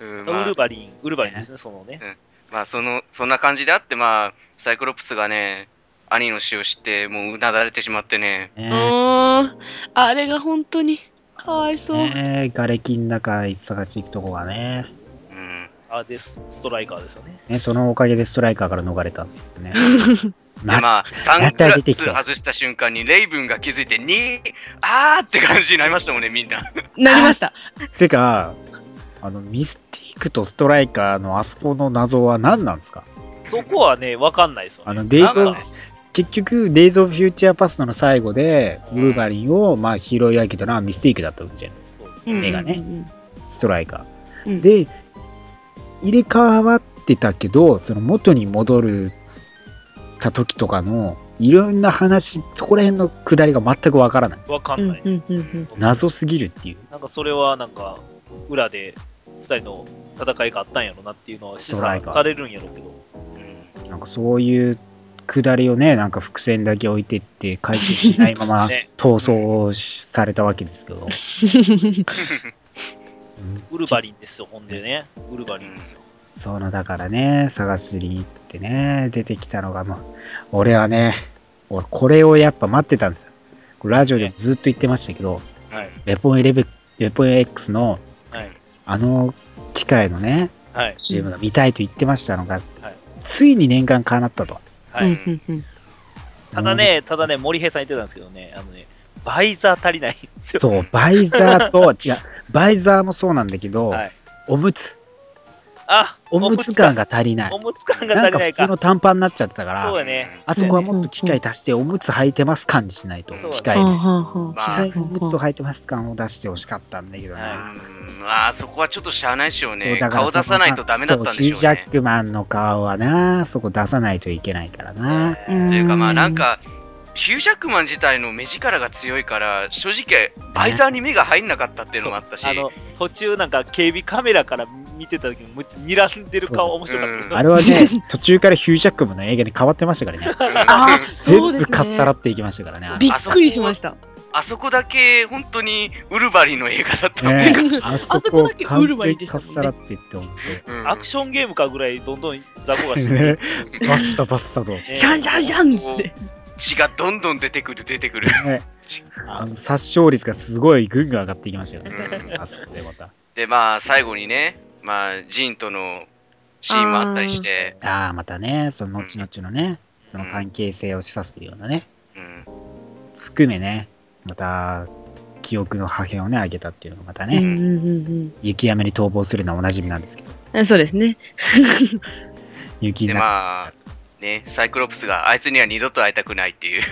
D: うん
C: ど
D: ま
C: ウ
D: あ
C: ル、バリン、ウルバリンですね、そのね。
D: まあそのそんな感じであって、まあ、サイクロプスがね、兄の死を知って、もううなだれてしまってね、
E: う
B: ね
E: ーん。あれが本当にかわいそう。
B: ね瓦礫の中探していくとこがね
D: うん、
C: あ、で、スストライカーですよね。
B: ね、そのおかげでストライカーから逃れたんですよね。
D: で
B: ま
D: まあ、サ
B: ま
D: ング
B: た
D: ラ
B: 出てき
D: ス
B: た
D: 外した瞬間に、レイブンが気づいて、にあーって感じになりましたもんね、みんな。
E: なりました。
B: てか、あの、ミスティークとストライカーのあそこの謎は何なんですか
C: そこはね、わかんないですよ
B: あ
C: ね。
B: の、デイズ・
C: な
B: オ
C: ん
B: ブ
C: か、
B: 結局、デイズ・オブ・フューチャーパストの最後で、
C: う
B: ウ
C: ん
B: ルヴァリンを、まあ、拾い上げたのはミスティークだったわけじゃない
C: そう
B: 目がね
E: うん
B: ストライカ
E: う
B: ー。
E: ん
B: で、入れ替わってたけど、その元に戻る、た時とかの、いろんな話、そこら辺のくだりが全くわからない。
C: わか
E: うんん
C: ない。
E: うんうんうん
B: 謎すぎるっていう。
C: なんかそれはなんか裏で2人の戦いがあったんやろなっていうのは示
B: ストライ
C: 唆
B: カー
C: されるんやろうけど、
D: うん
B: なんかそういうくだりをね、なんか伏線だけ置いてって回収しないまま
C: ね
B: 逃走をしされたわけですけど。うん
C: ウルバリンですよ、ほんでね、ウルバリンですよ。
B: そのだからね、探しに行ってね、出てきたのが、まあ、俺はね、俺これをやっぱ待ってたんですよ。これラジオでもずっと言ってましたけど、
C: はい。
B: ウェポン11ウェポン X の
C: はい。
B: あの機械のね、
C: はい。
B: CM が見たいと言ってましたのが、
C: はい
B: ついに念願叶ったと。
C: はい
E: うんうんうん
C: ただね、ただね、森平さん言ってたんですけどね、あのね、バイザー足りないんですよ。
B: そう、バイザーと、違う、バイザーもそうなんだけど、
C: はい。
B: おむつ、
C: あ
B: おむつ感が足りない
C: お。むつ感が
B: な
C: 足
B: んか
C: りな
B: 普
C: いか。
B: 通の短パンになっちゃってたか
C: そう
B: ら、
C: だね。
B: あそこはもっと機械足して、おむつ履いてます感にしないと、
D: そうだね
B: 機
E: は
B: 械
E: あ
B: で。
E: は
D: ま
B: 機
D: あ、う
B: 械
D: ん
B: のおむつを履いてます感を出してほしかったんだけどね。
C: は
D: あーそこはちょっとしゃあないでしょう
B: そう
D: ね。顔出さないとダメだったんで
B: そうヒ
D: し
B: ュー
D: ょ
B: ジ
D: う
B: ャ
D: ね
B: ッ。クマンの顔はな、そこ出さないといけないからな。
E: あはあ。
D: というかまあなん
E: う
D: かヒュージャックマン自体の目力が強いから正直バイザーに目が入んなかったっていうのもあったし、
C: あの、途中なんか警備カメラから見てた時も、むっちゃ睨んでる顔面白かったけど
B: あれはね、 途中からヒュージャックマンの映画に変わってましたからね。
D: うん
E: あ
B: 全
E: そうですね
B: 部かっさらっていきましたからね。あれ
E: んびっくりしました。
D: あそこだけ本当にウルヴァリンの映画だった、
B: ねえ
E: あ
B: あ
E: そ
B: そ
E: こ
B: こ
E: だ
B: だ
E: け
B: け
E: ウ
B: ウ
E: ル
B: ル
E: ヴ
B: ヴァ
E: ァリ
B: リン
E: ンで
B: で
E: し
B: したたかっ
E: もんね
B: さらって言って思って。
D: うん
C: アクションゲームかぐらいどんどん雑魚がして
B: ね
C: る。
B: バッサバッサと。ね
C: ね
E: シャンシャンシャンっつって。
D: 血がどんどん出てくる出てくる、
B: あの殺傷率がすごいぐんぐん上がっていきましたよ
D: う
B: ね。
D: ん
B: あそこでまた。
D: でまあ最後にねまあジンとのシーンもあったりして、
B: ああ、またね、その後々のね、その関係性を示唆するようなね、
D: うん
B: 含めね、また、記憶の破片をね、あげたっていうのがまた
E: うん
B: ね、
E: うんうん
B: 雪山に逃亡するのはおなじみなんですけど、
E: うんあそうですね。
B: 雪
D: で
B: 山
D: まあねサイクロプスがあいつには二度と会いたくないっていう、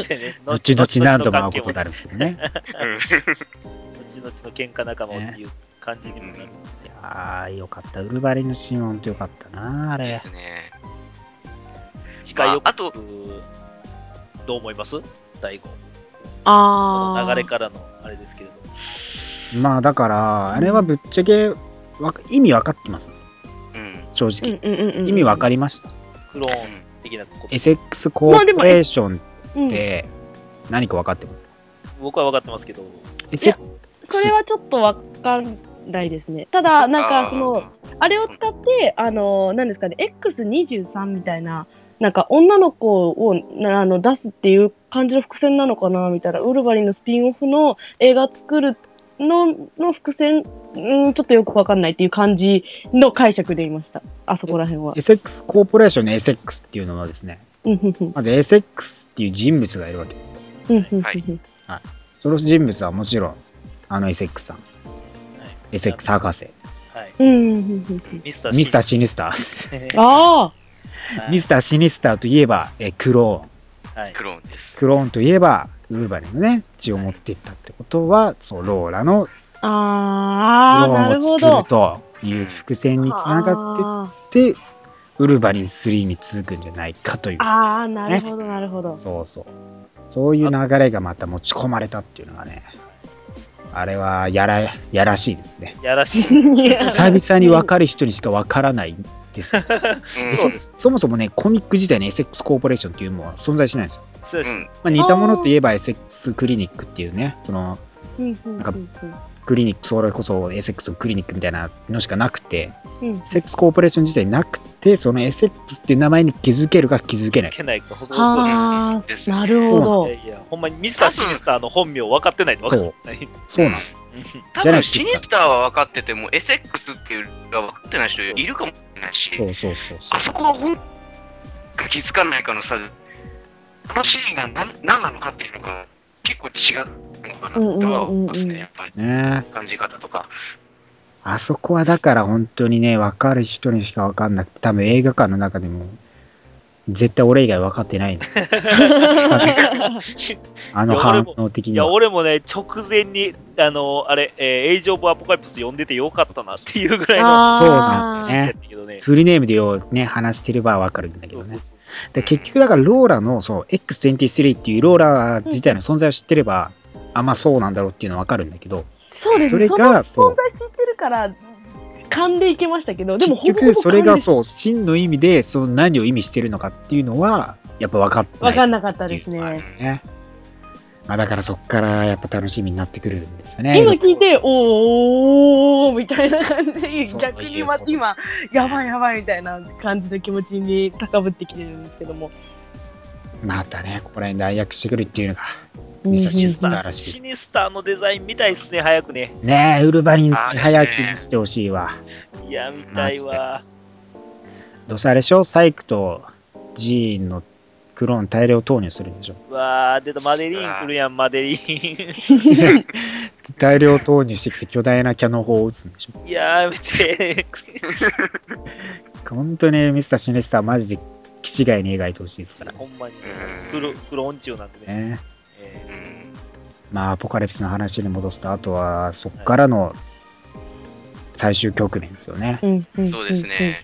C: ってね
B: 後々何度も会うことになる
C: る。
B: んですけどね。
D: うん
C: 後々の喧嘩仲間っていう感じにもなる。
B: いやー、よかった。ウルヴァリンのシーンは本当よかったな、あ
D: で
B: れ。
D: すね
C: 次回予
D: まああと
C: 告、どう思います大悟。こ
E: ああ。
C: の流れからのあれですけれども。
B: まあ、だから、あれはぶっちゃけ、わか意味わかってます。
D: うん
B: 正
E: うん
B: 直。
E: うんうんうん。
B: 意味わかりました。
C: クローン的なこと。
B: SX コーポレーションっ
E: うん
B: て何か分かってます、
C: 僕は分かってますけど、
E: いや
B: ?SX
E: それはちょっとわかんないですね。ただ、なんかその、あれを使って、あの、何ですかね、X23 みたいな、なんか女の子をなあの出すっていう感じの伏線なのかな、みたいな、ウルヴァリンのスピンオフの映画作るのの伏線、うん、ちょっとよくわかんないっていう感じの解釈でいました。あそこら辺は。
B: SX コーポレーションの SX っていうのはですね、
E: うんうんうん
B: まず SX っていう人物がいるわけ。
E: うんうんうんうん
D: はい
B: その人物はもちろん、あの SX さん、SX 博士、
C: はい。
E: うんうんうんうん
C: ミスター
B: ミスターシニスター。
C: ー。
E: あ
B: ミスターシニスターといえば、えークローン。
C: はい
D: ク。ローンです
B: クローンといえば、ウルヴァリンのね、血を持っていったってことは、そう、ローラの
E: あー、な
B: を
E: るほ
B: 作
E: ど
B: る。という伏線につながってってウルヴァリン3に続くんじゃないかという
E: あーあー、なるほど、なる ほど。
B: そうそうそういう流れがまた持ち込まれたっていうのがねあれはやらやらしいです ね
C: や らしい。
B: 久々に分かる人にしか分からないですよ
D: うん
C: そうで
B: そもそもねコミック自体に SX コーポレーションっていうものは存在しないんですよ、
C: そうで
D: う
C: す
D: ん
B: まあ、似たものといえば SX クリニックっていうねその
E: うんうんうんうん
B: クリニックそれこそ SX クリニックみたいなのしかなくて
E: うん
B: SX コーポレーション自体なくてその SX っていう名前に気づけるか気づけない
C: いけないか、ほとんどそう
E: あ
D: で
E: ー、
D: す
E: なるほど
C: い。やいや、ほんまにミスターシニスターの本名分かってないと分かんない。
B: そうなん
D: 多
B: じゃな
D: 分
B: くて
D: シニスターは分かってても SX っていうのは分かってない人いるかもしれないし
B: そうそうそうそ
D: あそこは本か気づかないかの差であのシーンが何何なのかっていうのが結構違うのかなとは思います
E: うんうんうんうん
D: ねやっぱり
B: うね
D: 感じ方とか
B: あそこはだから本当にね分かる人にしか分かんなくて多分映画館の中でも絶対俺以外分かってないんだあの
C: いや俺
B: 反
C: も
B: 応的
C: い
B: に
C: や、
B: は
C: 俺もね、直前に、あの、あれ、えーエイジ・オブ・アポカリプス読んでてよかったなっていうぐらいの
E: あー
B: そうなんだ
C: 知
B: ね
C: 識やったけどね。
B: ツーリーネームでようね話してれば分かるんだけ
C: そ
B: ど
C: うそう
B: ね
C: そう
B: で結局だからローラのそう X23 っていうローラ自体の存在を知ってれば、あまあそうなんだろうっていうのは分かるんだけど
E: そうです
B: そ
E: ね。
B: れ
E: その
B: がそ
E: 存
B: う
E: 在知ってるから、勘でいけましたけど、でも
B: 結
E: ほぼほぼ
B: 局それが
E: 勘で
B: そう真の意味でその何を意味してるのかっていうのはやっぱ分かってない
E: わかんなかったです
B: っていうのがある
E: ね。
B: ねまあ、だからそっからやっぱ楽しみになってくるんですよね
E: 今聞いて、おーおーみたいな感じで、
B: そう
E: 逆にま今、やばいやばいみたいな感じの気持ちに高ぶってきてるんですけども。
B: またねここら辺で暗躍してくるっていうのが
E: うんうん
B: ミサシズ
C: まあ
B: 素晴らしい
C: シニスターのデザイン見たいっすね、早くね。
B: ねえウルヴァリン
D: あー
B: 早
D: です
B: く
D: ね
B: 見せてほしいわ
C: いや、見たいわ。
B: どうせあれでしょサイクとジーンのクローン大量投入するんでしょ
C: うわー、出た、マデリーン来るやん、マデリー
B: 大量投入してきて巨大なキャノン砲を撃つんでしょ
C: ン。いやー、見て。
B: 本当にミスターシネスターマジで気違いに描いてほしいですから
C: ほんまに
D: うん。
C: クロクローン中なんてね。
B: ね
C: え
D: うん
B: まあアポカリプスの話に戻すとあとはそっからの最終局面ですよね、
E: うんうん
D: そうですね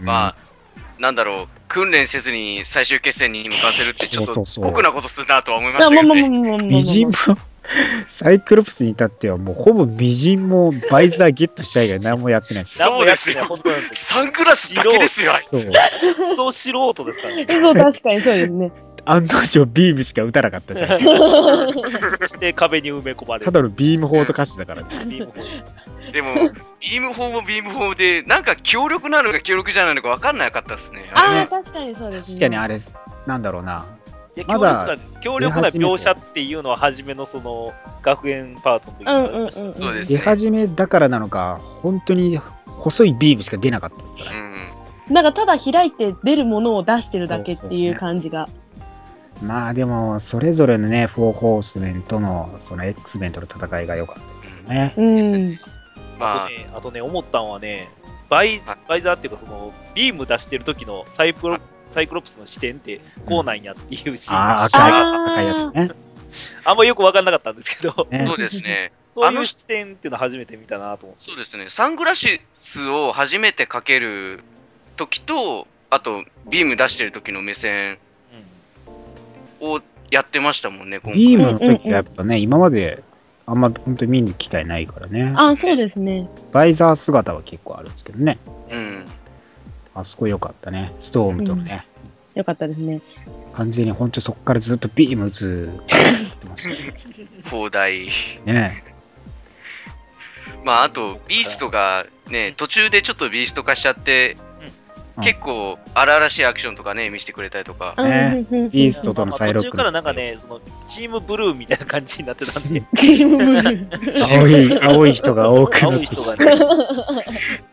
B: うん
D: まあなんだろう訓練せずに最終決戦に向かわせるってちょっ
B: そ
D: と
B: うそうそう
D: 酷なことするなとは思いま
E: ま
D: し
E: あ
D: た
E: まあ
D: けど
E: まあ
D: ね
E: まあまあまあまあ
B: 微塵も、サイクロプスに至ってはもうほぼ微塵もバイザーゲットした以外何もやってないです。
C: ー、
D: そうですよ
C: ラボやってない本当なんです
D: サングラスだけですよあいつ
B: そう
C: クソ素人ですからね。
E: そう、確かにそうですね。
B: 案の定ビームしか打たなかったじ ゃん。
C: そして壁に埋め込まれ
B: た
C: る。
B: だのビーム砲と歌詞だからね。
C: ビーム
D: でも、ビーム砲もビーム砲で、なんか強力なのか強力じゃないのか分かんなかったですね。あ
E: ああ、確かにそうです
B: 確
E: ね。
B: かにあれ、なんだろうな。
C: いや
B: ま
C: 強
B: だ
C: 力なんです強力な描写っていうのは初めのその学園パートの時に
E: うんうん
C: ありました
E: うんうん。
D: そうです
B: 出始めだからなのか、本当に細いビームしか出なかったから
D: れ、
B: ね。
D: うん、
E: なんかただ開いて出るものを出してるだけっていう感じが。
B: まあでも、それぞれのね、フォーホースメンとの、その X メンとの戦いが良かったですよね。
E: うん。
D: ですねま
C: あ
D: あ
C: と、ね、あとね、思ったのはね、バイ
D: はい
C: バイザーっていうか、そのビーム出してる時のサイクロサイクロプスの視点ってこうなんやっていうシーン
B: ああ、
C: が
B: 赤い、
E: あー
B: 赤いやつね。
C: あんまよく分かんなかったん ですけど、
B: ね
D: そうですね、
C: そう
D: あ
C: い
D: の
C: う視点っていうの初めて見たなと思って。
D: そうですね、サングラスを初めてかける時と、あと、ビーム出してる時の目線をやってましたもんね、今
B: ビーム
D: 回。
B: の時がやっぱね、今まであんま本当に見る機会ないからね。
E: あそうですね。
B: バイザー姿は結構あるんですけどね。
D: うん、
B: あそこ良かったね。ストームとのね。
E: よかったですね。
B: 完全に本当にそこからずっとビーム打つってましたね。
D: 砲台。
B: ね
D: まあ、あと、ビーストがね、途中でちょっとビースト化しちゃって、
B: うん
D: 結構荒々しいアクションとかね、見せてくれたりとか。
B: ね
E: うんうんうん
B: ビーストとのサイロッ
C: 途
B: ク
C: 中
B: の。
C: からなんかね、そのチームブルーみたいな感じになってたんで、
E: チームブルー。
B: 青い、青い人が多くなっ
C: 青
B: て
C: い
B: き
C: 人
B: て。
C: がね、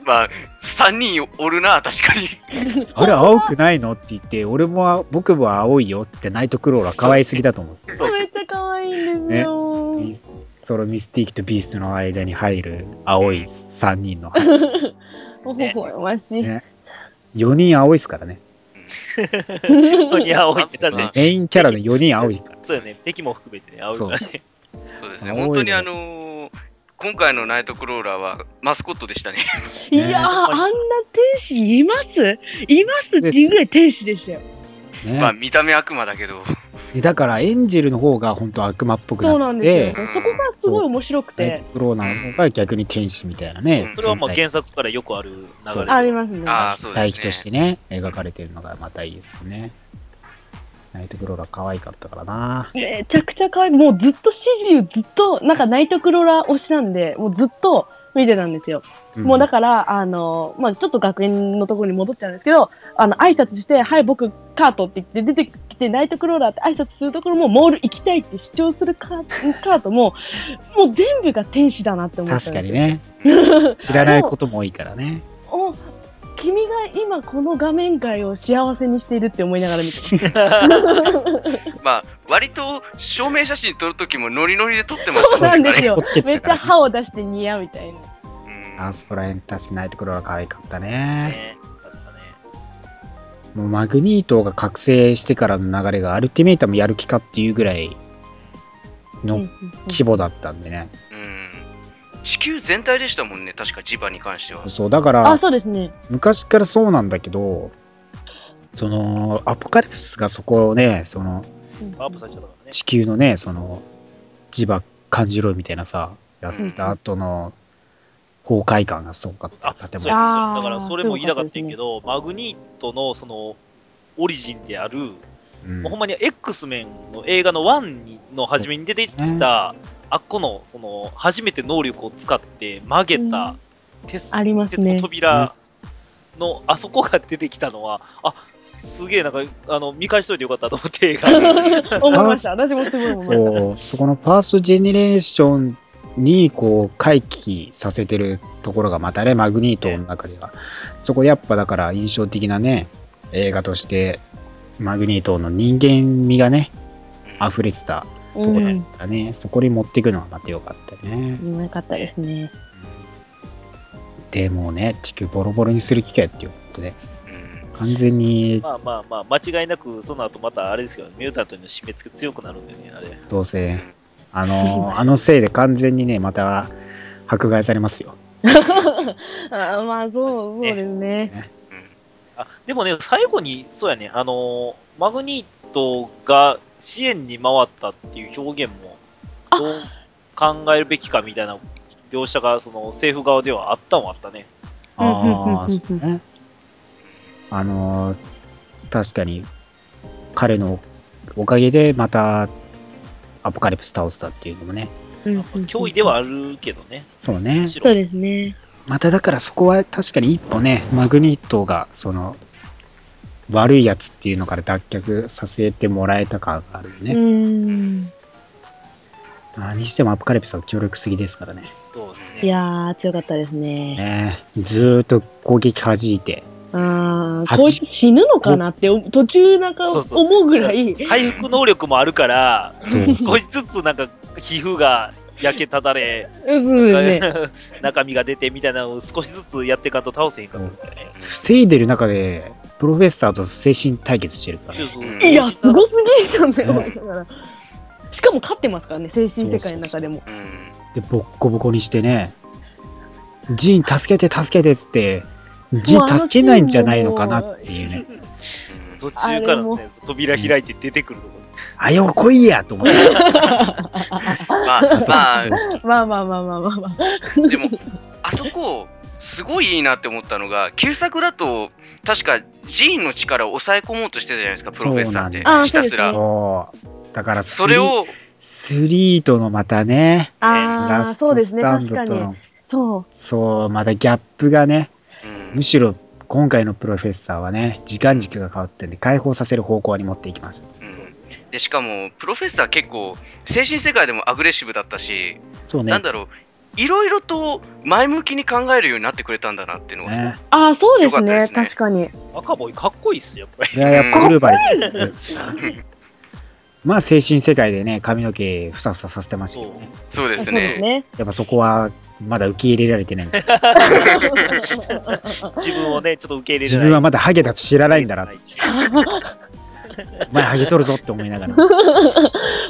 D: まあ、3人おるな、確かに。
B: あれ、青くないのって言って、俺も、僕も青いよってナイトクローラー可愛すぎだと思うんですよ。
C: そう
E: めっちゃ可愛いんですよ。
B: ねソロミスティークとビーストの間に入る青い3人の話。
E: おほほましい。
B: ね4人青いですからね。
C: 本当に青いって確かに
D: まあ。
B: メインキャラの4人青いから。
C: そうよね、敵も含めてね、青い
B: そ
C: か
B: う
C: らね。
D: そうですね、
B: 青いね
D: 本当にあのー今回のナイトクローラーはマスコットでしたね。
E: いやー、あんな天使いますいますっていうぐらい天使でしたよ。
B: ね
D: まあ見た目悪魔だけど。
B: でだからエンジェルの方が本当悪魔っぽく
E: そう
B: な
E: な
B: っ
E: ん
B: て
E: ですよ。そこがすごい面白く
B: ナイ
E: て
B: ト。クローラーの方が逆に天使みたいなね、
D: うん
C: それはもう
B: 存在
C: 原作からよくある流
B: そう
C: れ
E: あ
C: で。
E: りますね。
D: ああ、そう
B: 対
D: で
B: 比とし
D: す
B: て
D: ね。
B: ね、描かれてるのがまたいいですよね。ナイトクローラー可愛かったからな。
E: めちゃくちゃ可愛い。もうずっと指示をずっと、なんかナイトクローラー推しなんで、もうずっと見てたんですよ。もうだ
B: か
E: から、あの、まあ、ちょっと学園のところに戻っちゃうんですけど、あの、挨拶して、はい、僕、カートって言って出てきて、ナイトクローラーって挨拶するところも、モール行きたいって主張するカーカートも、もう全部が天使だなって思ったんです
B: 確
E: よ
B: かにね。 知らないことも多いからね。
E: お君が今この画面界を幸せにしているって思いながら見て ます。
D: まあ割と証明写真撮るときもノリノリで撮ってました
E: そうなんですよ
B: こっちつけ
E: め
B: て
E: っ
B: から
E: たちゃ
B: ね
E: 歯を出して似合うみたいな。
D: うん
B: あそこら辺確かにナイトクローラー可愛かったね。
C: ねだったね
B: もうマグニートが覚醒してからの流れがアルティメイタもやる気かっていうぐらい
E: うん
B: の規模だったんでね。
D: うん地球全体でしたもんね、確か磁場に関しては。
B: そう、だか
E: あ、
B: ら
E: そうですね。
B: 昔からそうなんだけど、そのアポカリプスがそこをね、その
C: パワーアップされちゃったからね。
B: 地球のねその磁場感じろみたいなさやった後の崩壊感がすごかった
C: あ、そう
B: 建
C: そう
B: 物
E: あー
C: だからそれも言いたかったんやけど、マグニートのそのオリジンである、も
B: うん
C: うほんまに X メンの映画の1にの初めに出てきた、あっこのその初めて能力を使って曲げた鉄,、
E: あります
C: 鉄
E: ね
C: の扉のあそこが出てきたのは、あすげえなんかあの見返しといてよかったと思って映 画
E: 思いました。私もすごい思いました。
B: そうそこのファーストジェネレーションにこう回帰させてるところがまたねマグニートの中ではそこやっぱだから印象的なね映画としてマグニートの人間味がね
D: うん
B: 溢れてたとこ
E: う
B: ろだっ
E: ん。
B: たね、そこに持っていくのはまた良かったよね
E: うまかったですね。
B: でもね地球ボロボロにする機会っていうことで
D: うん
B: 完全に
C: まあまあまあ、間違いなく、その後またあれですけど、ミュータントへの締め付け強くなるんでね、あれ。
B: どうせあ のあのせいで完全にねまた迫害されますよ
E: あまあ、そう、そうですね。
C: あでもね、最後に、そうやね、あのーマグニートが支援に回ったっていう表現も、どう考えるべきかみたいな描写が、その政府側ではあったもあったね。
E: うんうんうんうん
B: ああそうねあの確かに彼のおかげでまたアポカリプス倒したっていうのもね
E: うんうん
C: 脅威ではあるけどね、
B: そうね
C: むし
E: そう
C: ろ。
E: ですね。
B: まただからそこは確かに一歩ねマグニットがその悪いやつっていうのから脱却させてもらえた感があるよ
E: う
B: ね、
E: ん。
B: まあにしてもアポカリプスは強力すぎですからね
C: そうです
E: い
C: ね。
E: やー、強かったですね。
B: ねずーっと攻撃弾い て
E: あー、
B: 八
E: こいつ死ぬのかなって、お途中なんか
C: そうそう
E: 思うぐらい。
C: 回復能力もあるから、
B: そう
C: 少しずつなんか皮膚が焼けただれ、
E: うんそうですね。
C: 中身が出てみたいなのを少しずつやっていかんと倒せへんかったからね。
B: 防いでる中でプロフェッサーと精神対決してるから
C: そう
B: ね
C: そう
D: うん
E: いや、すごすぎじゃんって思
B: う
E: いながら。しかも勝ってますからね、精神世界の中でも。
D: うん
B: でボッコボコにしてねジン助けて助けてっつってジ
E: もう
B: ン
E: あの
B: 助けないんじゃないのかなっていうね
D: うん
C: 途中からのね、扉開いて出てくるとこ
B: あよ来いやと思って
D: まあまあ
B: そうそう
E: まあまあまあまあまあまあ。
D: でも、あそこ、すごいいいなって思ったのが、旧作だと、確かジーンの力を抑え込もうとしてたじゃないですか、プロフェッサーって
B: そう
E: なん。だ
D: ひたす
E: あ
D: ら。そ
B: そうだからスリ
D: れを、
B: スリーとのまたね
E: あ
B: ラ
E: あ、
B: ス
E: そう
B: ト
E: です
B: ス
E: ね、
B: タン
E: 確
B: ド
E: か
B: と
E: に。
B: の
E: そう。
B: そうまたギャップがね
D: うん
B: むしろ今回のプロフェッサーはね時間軸が変わってんで解放させる方向に持っていきます
D: うんでしかも、プロフェッサー結構、精神世界でもアグレッシブだったし、
B: そうね
D: なんだろう、いろいろと前向きに考えるようになってくれたんだなっていうのが、
B: ね
E: ああ、そうです
D: よか
E: ね、
D: ったです
E: 確かに。
C: 赤ボーイかっこいいっすよ、やっぱり。
B: いややっぱウルバリ
E: かっこいいです
B: まあ精神世界でね髪の毛ふさふささせてましたけ
C: そう
B: どね
D: そうです
E: そうです
D: ね。
E: ね。
B: やっぱそこはまだ受け入れられて ないんだ
C: 自分をね、ちょっと受け入れ
B: 自
C: ら
B: 分は
C: れない。
B: まだハゲだと知らないんだ なお前ハゲとるぞって思いながら
E: 確かに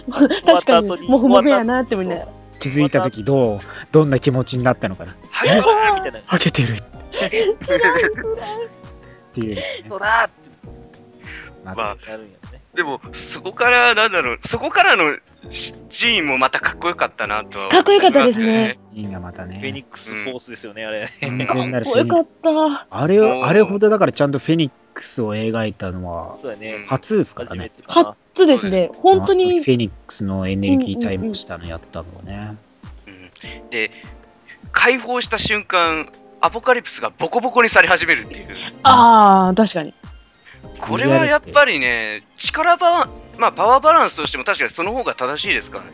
C: 終わった後に、
E: もふもふやなって思いな
C: 終
E: が
C: わ
E: ら。
B: 気づいた時どうどんな気持ちになったのか な
C: はい、どうだみたいな。
B: はけてるっていうのがね
C: そうだーって
B: ま
D: ま
B: た
D: あ
C: なるんやね。
D: でも、そこから、なんだろう、そこからのシシーンもまたかっこよかったなとは
E: かっこよかったですね。
B: シーンがまたね
C: フェニックスフォースですよね、あれ。
D: 思いますね。
B: 完全なるシ
E: およ
B: ー
E: か
B: ン
E: った。
B: あれ
D: うん
B: をあれほどだからちゃんとフェニックスを描いたのは
C: そうやね。
B: 初ですから
C: 初め
B: ね
C: てかな。
E: 初ですね。本当に
B: フェニックスのエネルギータイムをしたのやったのはね
D: うんで、解放した瞬間、アポカリプスがボコボコにされ始めるっていう。
E: ああ、確かに。
D: これはやっぱりね、力バランまあ、パワーバランスとしても確かにその方が正しいですからね。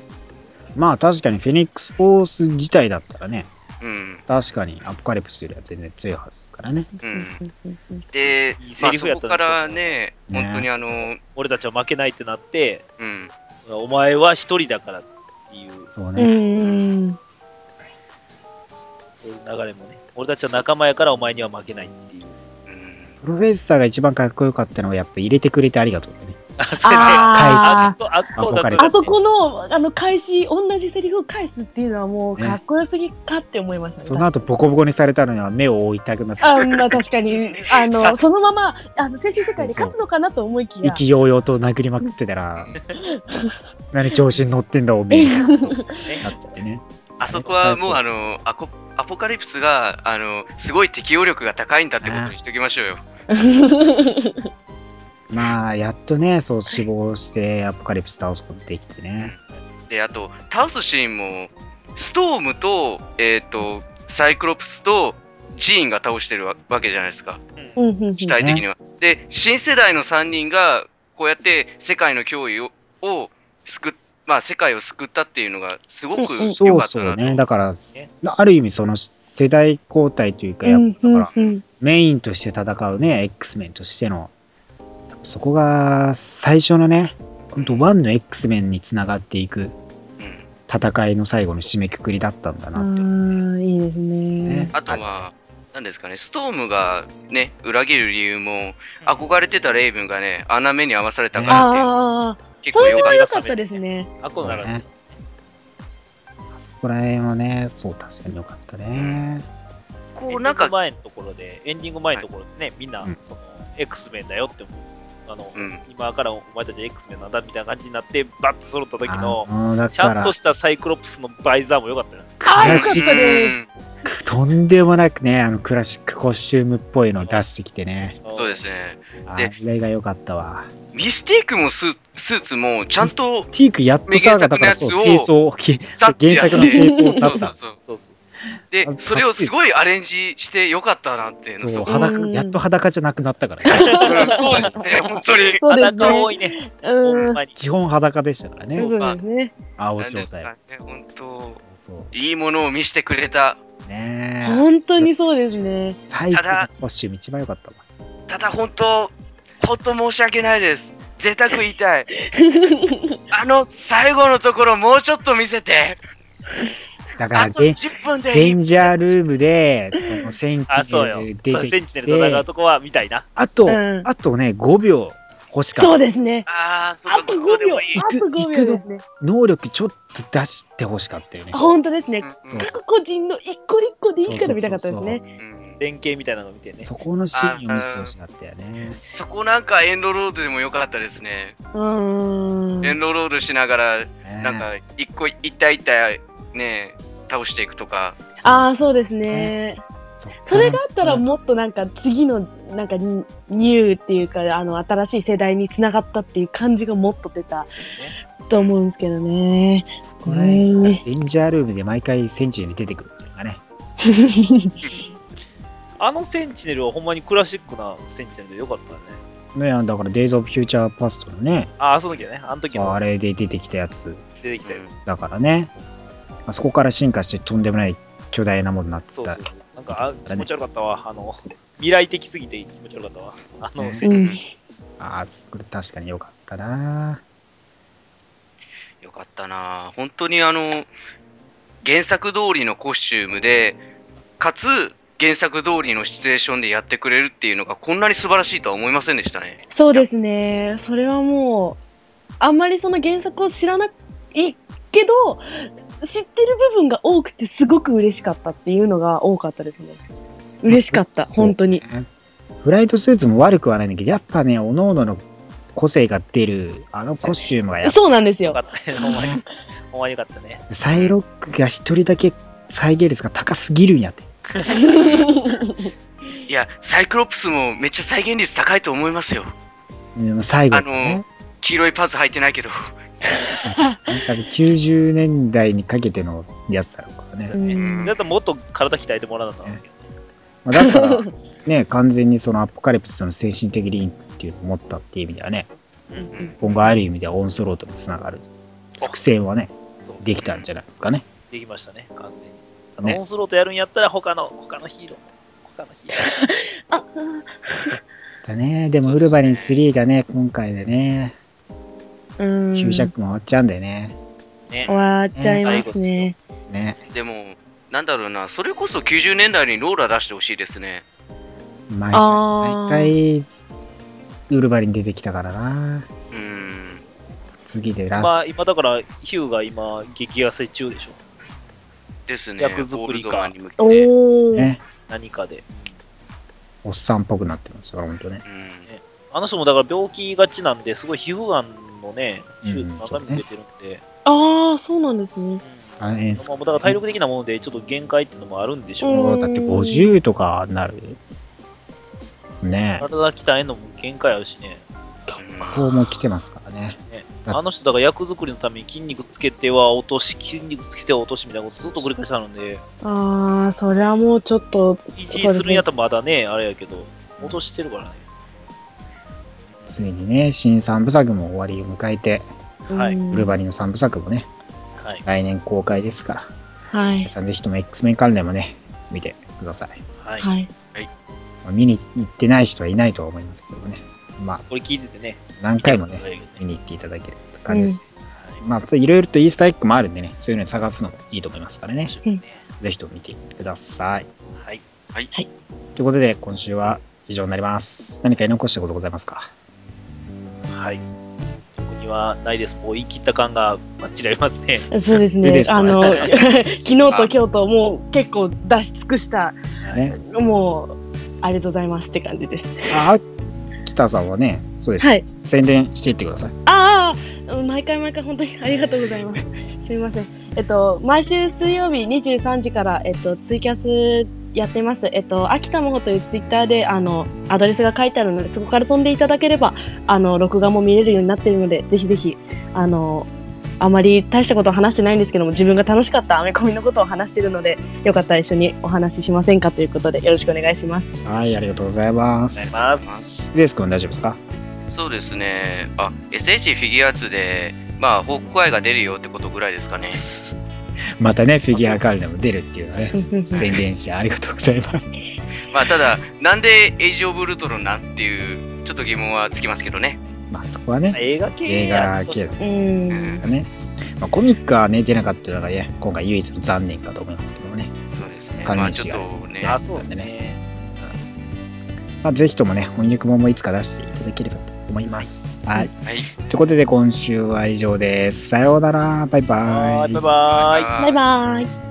B: まあ確かにフェニックスフォース自体だったらね
D: うん。
B: 確かにアポカリプスよりは全然強いはずですからね
D: うん、
E: うんうん
D: で
C: いい、セ
D: まあ、
C: リフ
D: そ
C: やった
D: こ
C: んですよ
D: からね、
B: ね
D: 本当にあの、
C: 俺たちは負けないってなって、
D: うん、
C: お前は一人だからっていう、
B: そう
E: うんう
B: ね
E: んうん。
C: そういう流れもね。俺たちは仲間やからお前には負けないっていう。
D: うん、
B: プロフェッサーが一番かっこよかったのはやっぱ入れてくれてありがとうだね
C: あ、そうやね。 あ
E: あ
C: っこ、あっこだった
E: あそこの、あの、返し、同じセリフを返すっていうのはもう、かっこよすぎかって思いましたね。
B: その後ボコボコにされたのには目を覆いたくなって
E: あまあ確かに、あ
D: さ
E: の、そのまま、あの、精神世界で勝つのかなと思いき
B: 意
E: や。
B: 気揚々と殴りまくってたら何調子に乗ってんだおめえ になっちゃってね
D: あそこはもうあのアコアポカリプスがあのすごい適応力が高いんだってことにしておきましょうよ。
B: まあやっとねそう死亡してアポカリプス倒すことできてね
D: であと倒すシーンもストームと,、えー、とサイクロプスとジーンが倒してるわわけじゃないですか
E: うんうんうん
D: 主体的には。で新世代の3人がこうやって世界の脅威をを救っまあ世界を救ったっていうのがすごく
E: うん
B: そ
D: 良
B: う
D: かった
B: そう
D: な
B: ねだからある意味その世代交代というかやっぱだから
E: うんうんうん
B: メインとして戦うね X メンとしてのやっぱそこが最初のね本当1の X メンにつながっていく
D: うん
B: 戦いの最後の締めくくりだったんだなって
E: ああ、いいですね
B: ね。
D: あとは、なんですかね、ストームがね、裏切る理由も、憧れてたレイブンがね、穴目に合わされたからっていう
E: ああ、
D: 結
E: そ
D: 構
E: れ
D: 良か
E: は
D: っ
E: 良かったですね。
C: あっこの流れ。
B: ねあそこら辺はねそう確かに良かったね
D: た。
C: エン
D: こ
C: デ
D: う、な
C: ィング
D: んか、
C: 前のところで、エンディング前のところでね、みんな
B: うん、
C: その、X メンだよって思う。あの、
D: うん、
C: 今からお前たち X メンなんだみたいな感じになって、バッと揃った時の
B: あ、のだ
C: ち
B: か
C: ゃん
B: ら
C: としたサイクロプスのバイザーも良かったよね。
E: ああ、良かっ
B: 悔しい
E: たです。
B: とんでもなくねあのクラシックコスチュームっぽいの出してきてね
D: うんそうですね。
B: あ
D: で
B: れが良かったわ
D: ミステイクもスースーツも、ちゃんと、
B: ティークやっとさだからそう清
D: 原作
B: 掃
D: さって
B: 原
D: やっ
B: 作
D: て
B: の清掃だっ
D: そう
B: た
D: そうそう。
C: そうそう
D: で
B: あ、
D: それをすごいアレンジして良かったなっていうの、
B: そう
D: そこ
B: 裸
E: うん
B: やっと裸じゃなくなったからね
D: うんそうです ね、本当に。
E: そうです
C: 裸多
E: ね。
C: いね。
E: う
C: ほん
E: ん。
C: まに。
B: 基本裸でしたからね
E: そうですね。
B: 青
D: なん
B: 状
D: ですか
B: 態
D: ね、本当、
B: そ
D: いいものを見せてくれた。
B: うねえ
E: 本当にそうですね。
B: 最後のコスチューム一番良かったわ
D: ただ、本当、本当申し訳ないです。贅沢言 いたい。あの最後のところもうちょっと見せて。
B: だか
D: あ
B: ら
D: と
B: デン
D: 10分でい
B: デ
D: い。
B: ンジャールームでその戦
C: あ、そうよ
B: 地。
C: そう
B: 出
C: セ
B: て
C: ン
B: き
C: チネルと戦う
B: て
C: とこは見たいな。
B: あと
E: うん
B: あとね5秒欲しかった
E: そうですね。
D: ああ、そ
E: あ
D: うか、
E: と5
D: どうで
E: 秒、
D: も
E: あ
D: いい。
E: と5秒ですね。
B: 能力ちょっと出してほしかったよね。
E: 本当ですね。
D: うん
E: 各個人の一個一個でいいから見たかったですね。
D: うん
C: 連携みたいなの見てね。
B: そこのシーンを見せてほしかったよね。
D: そこなんかエンドロードでもよかったですね。
E: うーん。
D: エンドロードしながら、なん
B: ね
D: か一個一体一体ね、倒していくとか。
E: ああ、そうですね。それがあったら、もっとなんか次のなんかニニューっていうかあの新しい世代につながったっていう感じがもっと出たと思うんですけどね。
B: そこ
E: う
B: ら辺
E: ん
B: デンジャールームで毎回戦地に出てくるっていうのがね。
C: あのセンチネルはほんまにクラシックなセンチネルでよかったね。
B: ねだから、デイズ・オブ・フューチャー・パストのね、
C: あ、あその時はね。あの時
B: そうあ
C: も
B: れで出てきたやつ
C: 出てきたよ。
B: だからね。あそこから進化してとんでもない巨大なものになって
C: そう
B: た
C: そう。そう。なんかあ気持ち悪かったわ。あの、未来的すぎて気持ち悪かったわ。あの
B: ね
C: セ
E: う
C: ンチネ
E: ん
C: ル。
B: ああ、これ確かに良かったな。
D: よかったなぁ本当にあの原作通りのコスチュームでかつ原作通りのシチュエーションでやってくれるっていうのがこんなに素晴らしいとは思いませんでしたね
E: そうですね。それはもうあんまりその原作を知らないけど知ってる部分が多くてすごく嬉しかったっていうのが多かったですね。嬉しかった、
B: そう
E: 本当に。
B: フライトスーツも悪くはないんだけど、やっぱね、おののの個性が出る、あのコスチュームがやっ
E: そうなんです
C: よ
E: よ
C: か。ったね。ほんまに。ほんまによかったね。
B: ぱ、サイロックが一人だけ再現率が高すぎるんやって。
D: いや、サイクロプスもめっちゃ再現率高いと思いますよ。
B: うん最後、ね、
D: 黄色いパンツ履いてないけど。
B: 多分90年代にかけてのやつだろうからね
E: う。ん
C: だったらもっと体鍛えてもらわなかったんだけどね。
B: まあだから、ね、 完全にそのアポカリプスの精神的リンクっていうのを持ったっていう意味ではね、
D: うん
B: 今後ある意味ではオンスロートにつながる伏線はね、
C: そう
B: できたんじゃないですかね。
C: できましたね、完全
B: ね
C: に。あのオンスロートやるんやったら、他の、他のヒーローも、他のヒーローも
E: あ、
B: だね、でもウルバリン3がね、今回でね、
E: うん。
B: ヒュージャックも終わっちゃうんだよね。
E: 終わっちゃいますね。
B: ね。
D: でも、なんだろうな、それこそ90年代にローラ出してほしいですね。
B: 毎
E: あー
B: 回、ウルバリン出てきたからな。
D: うん。
B: 次でラ
C: まあ、
B: ス
C: 今だから、ヒューが今、激痩せ中でしょ。
D: ですね。
C: 役作りか
D: ゴールドマンに向け
E: お
D: て。
B: ト
E: ー。
B: ね。
C: 何かで。
B: おっさんっぽくなってますから、ほんとね。
D: うん
C: あの人もだから病気がちなんで、すごい皮膚がんのね、手術の中身
B: うん
C: も出てるんで、
E: ああ、そうなんですね。
B: 大変です
C: まあ、だから体力的なもので、ちょっと限界っていうのもあるんでしょうね
E: うん
B: もうだって50とかなる。ねえ。
C: 体鍛えるのも限界あるしね。
B: こうも来てますからね。
C: ね
B: だ
C: あの人、だから役作りのために筋肉つけては落とし、筋肉つけては落としみたいなことずっと繰り返してあるんで、
E: ああ、それはもうちょっと、
C: 維持
E: そうですす
C: るんや
E: ね
C: っ。たらまだね、あれやけど、落としてるからね。
B: ついにね、新3部作も終わりを迎えて、
C: はい
E: うん
B: ウルバリンの3部作もね、
C: はい。
B: 来年公開ですから、
E: はい
B: 皆。さんぜひとも X メン関連もね、見てください。
C: はい。
E: はい。
B: まあ見に行ってない人はいないとは思いますけどもね。まあ、
C: これ聞いててね。
B: 何回もね、
C: はい
B: 見に行っていただけるって感じです。まあ、いろいろとイースターエッグもあるんでね、そういうのに探すのもいいと思いますからね。
E: うん
B: ぜひとも見てください。
C: はい。
B: ということで、今週は以上になります。何か言い残したことございますか
C: はい。特にはないです。もう言い切った感がバッチリありますね。
E: そうです
B: いいで
E: ね。
B: すか
E: あの、
C: は
E: 昨
C: い
E: 日と今日ともう結構出し尽くした、
B: ね。
E: もう、ありがとうございますって感じです。
B: あ、北さんはね、そうです。
E: はい
B: 宣伝していってください。
E: ああ、毎回毎回本当にありがとうございます。す みません。えっと、毎週水曜日23時から、えっと、ツイキャスやってます。えっと、秋田もほというツイッターで、あの、アドレスが書いてあるので、そこから飛んでいただければ、あの、録画も見れるようになっているので、ぜひぜひ、あの、あまり大したことは話してないんですけども、自分が楽しかったアメコミのことを話しているので、よかったら一緒にお話ししませんかということで、よろしくお願いします。
B: はい、ありがとうございま
C: お
B: す
C: 願い。します。
B: レース君大丈夫ですか
D: そうですね。あ、SH フィギュア2で、まあ、ホークアイが出るよってことぐらいですかね。
B: またね、フィギュア関連も出るっていうのね、宣伝してありがとうございます。
D: まあ、ただ、なんでエイジ・オブ・ウルトロンなんっていう、ちょっと疑問はつきますけどね。
B: まあ、そこはね、
C: 映画系
B: 映
C: や
B: 画系だ
E: う。
D: うんん、
B: ね。まあ、コミックはね、出なかったのがね、今回唯一の残念かと思いますけどもね。
D: そうですね。
B: 管
D: まあ、
B: 理士
D: ち
B: が
D: ょっとね。
C: あ、そうですね。
B: まあ、ぜひともね、翻訳本もいつか出していただければと思います。はい。
D: はい。
B: ということで、今週は以上です。さようなら。バイバイ。
C: はい、バイバイ。
E: バイバーイ。